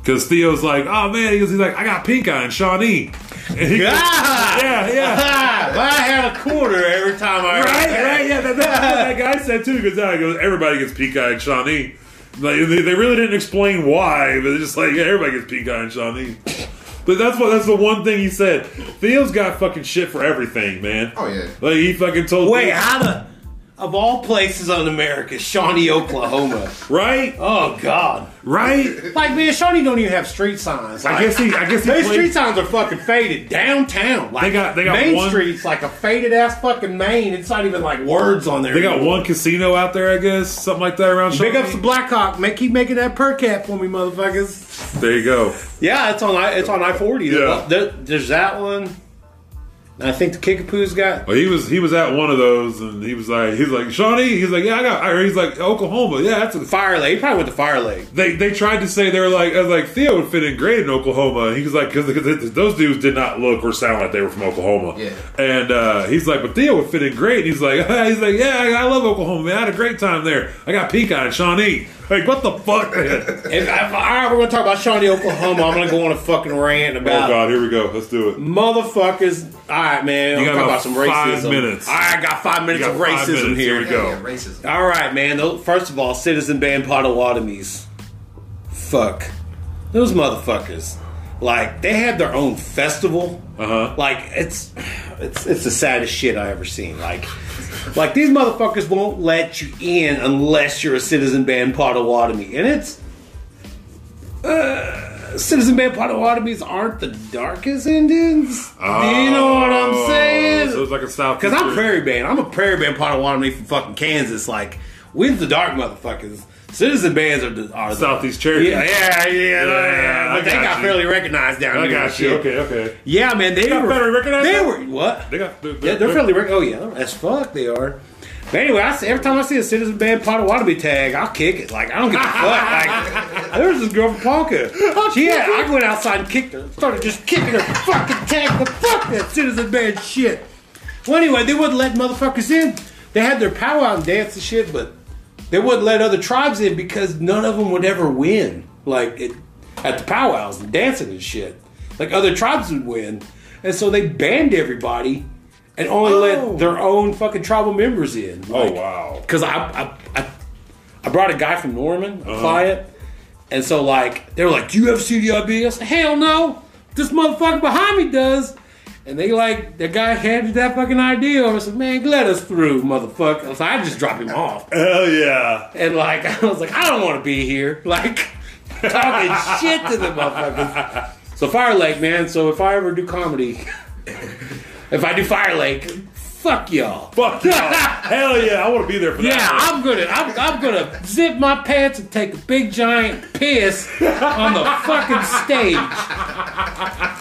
A: Because Theo's like, oh man, he was, he's like, I got pink eye in Shawnee. And he goes,
B: Ah!
A: yeah, yeah.
B: Ah, but I had a quarter every time I
A: Right, right, yeah. That, that's what that guy said too. Because I goes, everybody gets pink eye and Shawnee. Like they, they really didn't explain why, but they're just like, yeah, everybody gets pink eye and Shawnee. But that's what that's the one thing he said. Theo's got fucking shit for everything, man.
C: Oh, yeah.
A: Like he fucking told
B: Wait,
A: Theo-
B: how the of all places on America, Shawnee, Oklahoma.
A: right,
B: Oh God!
A: right.
B: Like man, Shawnee don't even have street signs. Like,
A: I guess he, I guess he
B: those
A: played-
B: street signs are fucking faded downtown. Like
A: They got- they got
B: Main
A: one-
B: Street's like a faded ass fucking Main. It's not even like words on there.
A: They got
B: anymore.
A: one casino out there, I guess, something like that around.
B: Big
A: Shawnee.
B: ups to Blackhawk. Make keep making that per cap for me, motherfuckers.
A: There you go.
B: Yeah, it's on I it's on I forty.
A: Yeah.
B: There- there's that one. I think the Kickapoo's got.
A: But he was he was at one of those, and he was like he's like Shawnee. He's like yeah, I got. I heard he's like Oklahoma. Yeah, that's a
B: Fire Lake. He probably went to Fire Lake.
A: they they tried to say they were like I was like Theo would fit in great in Oklahoma. And he was like because those dudes did not look or sound like they were from Oklahoma.
C: Yeah.
A: And uh, he's like, but Theo would fit in great. And he's like, he's like, yeah, I, I love Oklahoma. Man, I had a great time there. I got pecan and Shawnee. Like what the fuck? oh
B: If, if, all right, we're gonna talk about Shawnee, Oklahoma. I'm gonna go on a fucking rant about
A: Oh, god, here we go. Let's do it.
B: motherfuckers. All right,
A: You
B: man. I'm
A: got
B: talking
A: about
B: about
A: five
B: some racism.
A: minutes.
B: I got five minutes
A: got
B: of
A: five
B: racism
A: minutes.
B: here.
A: Here we go.
C: Yeah, racism.
B: All right, man. Tho- First of all, Citizen Band Potawatomies. Fuck. Those motherfuckers. Like, they had their own festival.
A: Uh-huh.
B: Like, it's, it's it's the saddest shit I ever seen. Like, like these motherfuckers won't let you in unless you're a Citizen Band Potawatomi. And it's. Uh, Citizen Band Potawatomis aren't the darkest Indians. Do you know what I'm
A: Oh,
B: saying?
A: So it's like a South.
B: Because I'm prairie band. I'm a prairie band Potawatomi from fucking Kansas. Like, we're the dark motherfuckers. Citizen bands are the. Are the
A: Southeast Cherokee.
B: Yeah, yeah, yeah. yeah,
A: I
B: but they
A: got
B: got
A: you.
B: fairly recognized down
A: I
B: here. and
A: got you.
B: shit.
A: Okay, okay.
B: Yeah, man. They
A: got
B: were
A: fairly recognized
B: They
A: now?
B: were. What?
A: They got. They're,
B: yeah, they're fairly recognized. Oh, yeah. As fuck, they are. But anyway, I see, every time I see a Citizen Band Potawatomi tag, I'll kick it. Like, I don't give a fuck. Like, there was this girl from Ponca. She had, I went outside and kicked her. Started just kicking her fucking tag. The fuck that Citizen Band shit. Well, anyway, they wouldn't let motherfuckers in. They had their powwow and dance and shit, but they wouldn't let other tribes in because none of them would ever win. Like it, at the powwows and dancing and shit, like other tribes would win, and so they banned everybody and only
A: Oh.
B: let their own fucking tribal members in.
A: Oh
B: Like,
A: wow.
B: because I, I I I brought a guy from Norman,
A: Uh-huh.
B: a client, and so like they were like, "Do you have CDIB?" I said, "Hell no, this motherfucker behind me does." And they like the guy handed that fucking idea. I said, "Man, let us through, motherfucker." So I just dropped him off,
A: Hell yeah.
B: and like I was like, "I don't want to be here," like talking shit to the motherfuckers. So Fire Lake, man. So if I ever do comedy, if I do Fire Lake, fuck y'all.
A: Fuck yeah. Hell yeah. I want to be there for that.
B: Yeah, I'm gonna I'm, I'm gonna zip my pants and take a big giant piss on the fucking stage.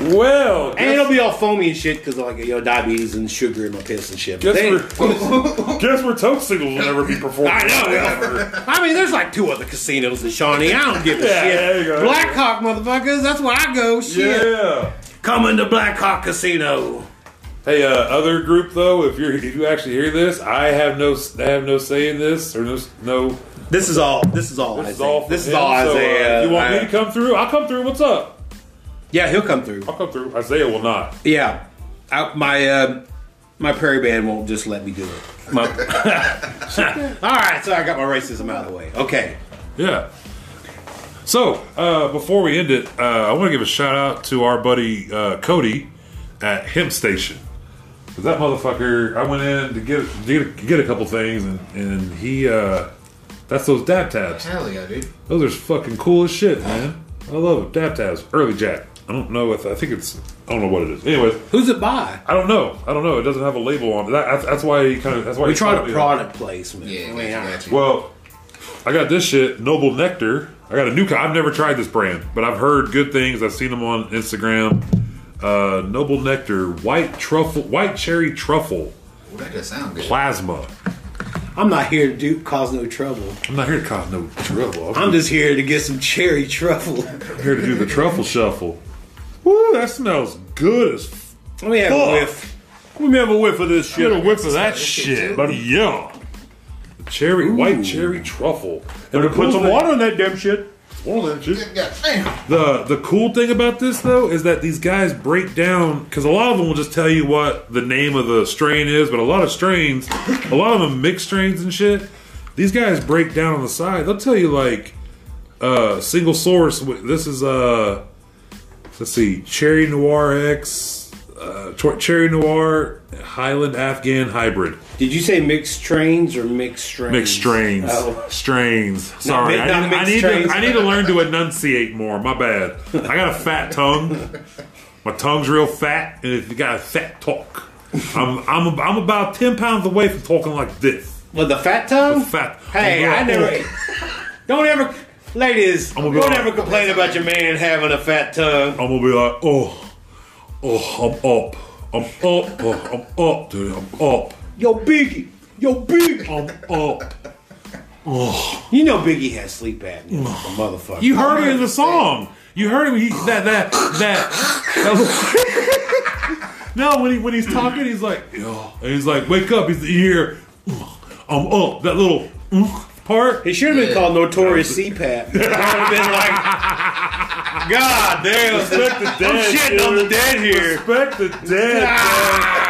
A: Well,
B: And
A: guess,
B: it'll be all foamy and shit because like you know diabetes and sugar in my piss and shit. But
A: guess
B: they-
A: we're guess we're Toke Singles will never be performing.
B: I know, yeah.
A: Ever.
B: I mean, there's like two other casinos in Shawnee. I don't give a
A: Yeah, there you
B: shit.
A: go.
B: Blackhawk, motherfuckers. That's where I go. Shit.
A: Yeah.
B: Coming to Blackhawk Casino.
A: Hey, uh, other group though, if you're if you actually hear this, I have no I have no say in this or no no.
B: This is all. This is all.
A: This is
B: Isaiah.
A: all. from
B: This is
A: him,
B: all
A: so, uh,
B: Isaiah.
A: you want me to
B: I-
A: come through? I'll come through. What's up?
B: yeah, he'll come through.
A: I'll come through. Isaiah will not.
B: Yeah, I, my uh, my prairie band won't just let me do it. My- All right, so I got my racism out of the way. Okay,
A: Yeah. So uh, before we end it, uh, I want to give a shout out to our buddy uh, Cody at Hemp Station. 'Cause That motherfucker, I went in to get to get a, get a couple things, and and he uh, that's those dab tabs.
C: Hell yeah, dude.
A: Those are fucking cool as shit, man. I love it. Dab tabs, early Jack. I don't know if I think it's I don't know what it is. Anyways,
B: who's it by?
A: I don't know. I don't know. It doesn't have a label on it. That, that's, that's why he kind of that's why
B: We
A: he
B: tried
A: caught
B: a
A: me.
B: product placement. I
C: Yeah, got
B: mean,
C: you, got you.
A: Well, I got this shit, Noble Nectar. I got a new. co- I've never tried this brand, but I've heard good things. I've seen them on Instagram. Uh, Noble Nectar, white truffle, white cherry truffle
C: Well, that does sound good.
A: plasma.
B: I'm not here to do cause no trouble.
A: I'm not here to cause no trouble. I'm
B: I'm just here to get some cherry truffle.
A: here to do the truffle shuffle. Woo, that smells good as. F-
B: Let me have
A: Fuck.
B: a whiff.
A: Let me have a whiff of this shit. a whiff of that
C: shit,
A: shit,
C: too.
A: buddy. Yeah. The cherry, white cherry truffle. And to put some water in that damn shit. Water in that shit.
C: God damn.
A: The the cool thing about this though is that these guys break down because a lot of them will just tell you what the name of the strain is, but a lot of strains, a lot of them mixed strains and shit. These guys break down on the side. They'll tell you like uh single source. w- This is uh let's see, Cherry Noir X, uh, Tor- Cherry Noir Highland Afghan Hybrid
B: Did you say mixed strains or mixed strains?
A: mixed strains.
B: Oh.
A: Strains. Sorry,
B: mi-
A: I
B: not
A: need, I
B: mixed
A: need
B: strains.
A: to I need to learn to enunciate more. My bad. I got a fat tongue. My tongue's real fat, and if you got a fat talk, I'm I'm I'm about ten pounds away from talking like this.
B: With the fat tongue?
A: Fat.
B: Hey,
A: I'm
B: I
A: gonna-
B: never. Don't ever, ladies,
A: gonna
B: don't
A: go-
B: ever complain about your man having a fat tongue.
A: I'm gonna be like, oh, Oh, I'm up. I'm up. Oh, I'm up, dude. I'm up.
B: Yo, Biggie. Yo, Biggie.
A: I'm up.
B: You know Biggie has sleep apnea, like a motherfucker.
A: You heard it in the song. You heard him. He, that that that. that was, no, when he when he's talking, he's like, "Yeah," and he's like, "Wake up!" He's you hear, "I'm up." That little part.
B: It should have been
C: Yeah.
B: called Notorious CPAP. It would have been like, God damn,
A: Respect the
B: I'm
A: dead,
B: shitting on the
A: dude.
B: dead here.
A: Respect the dead.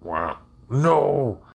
D: Wow. No!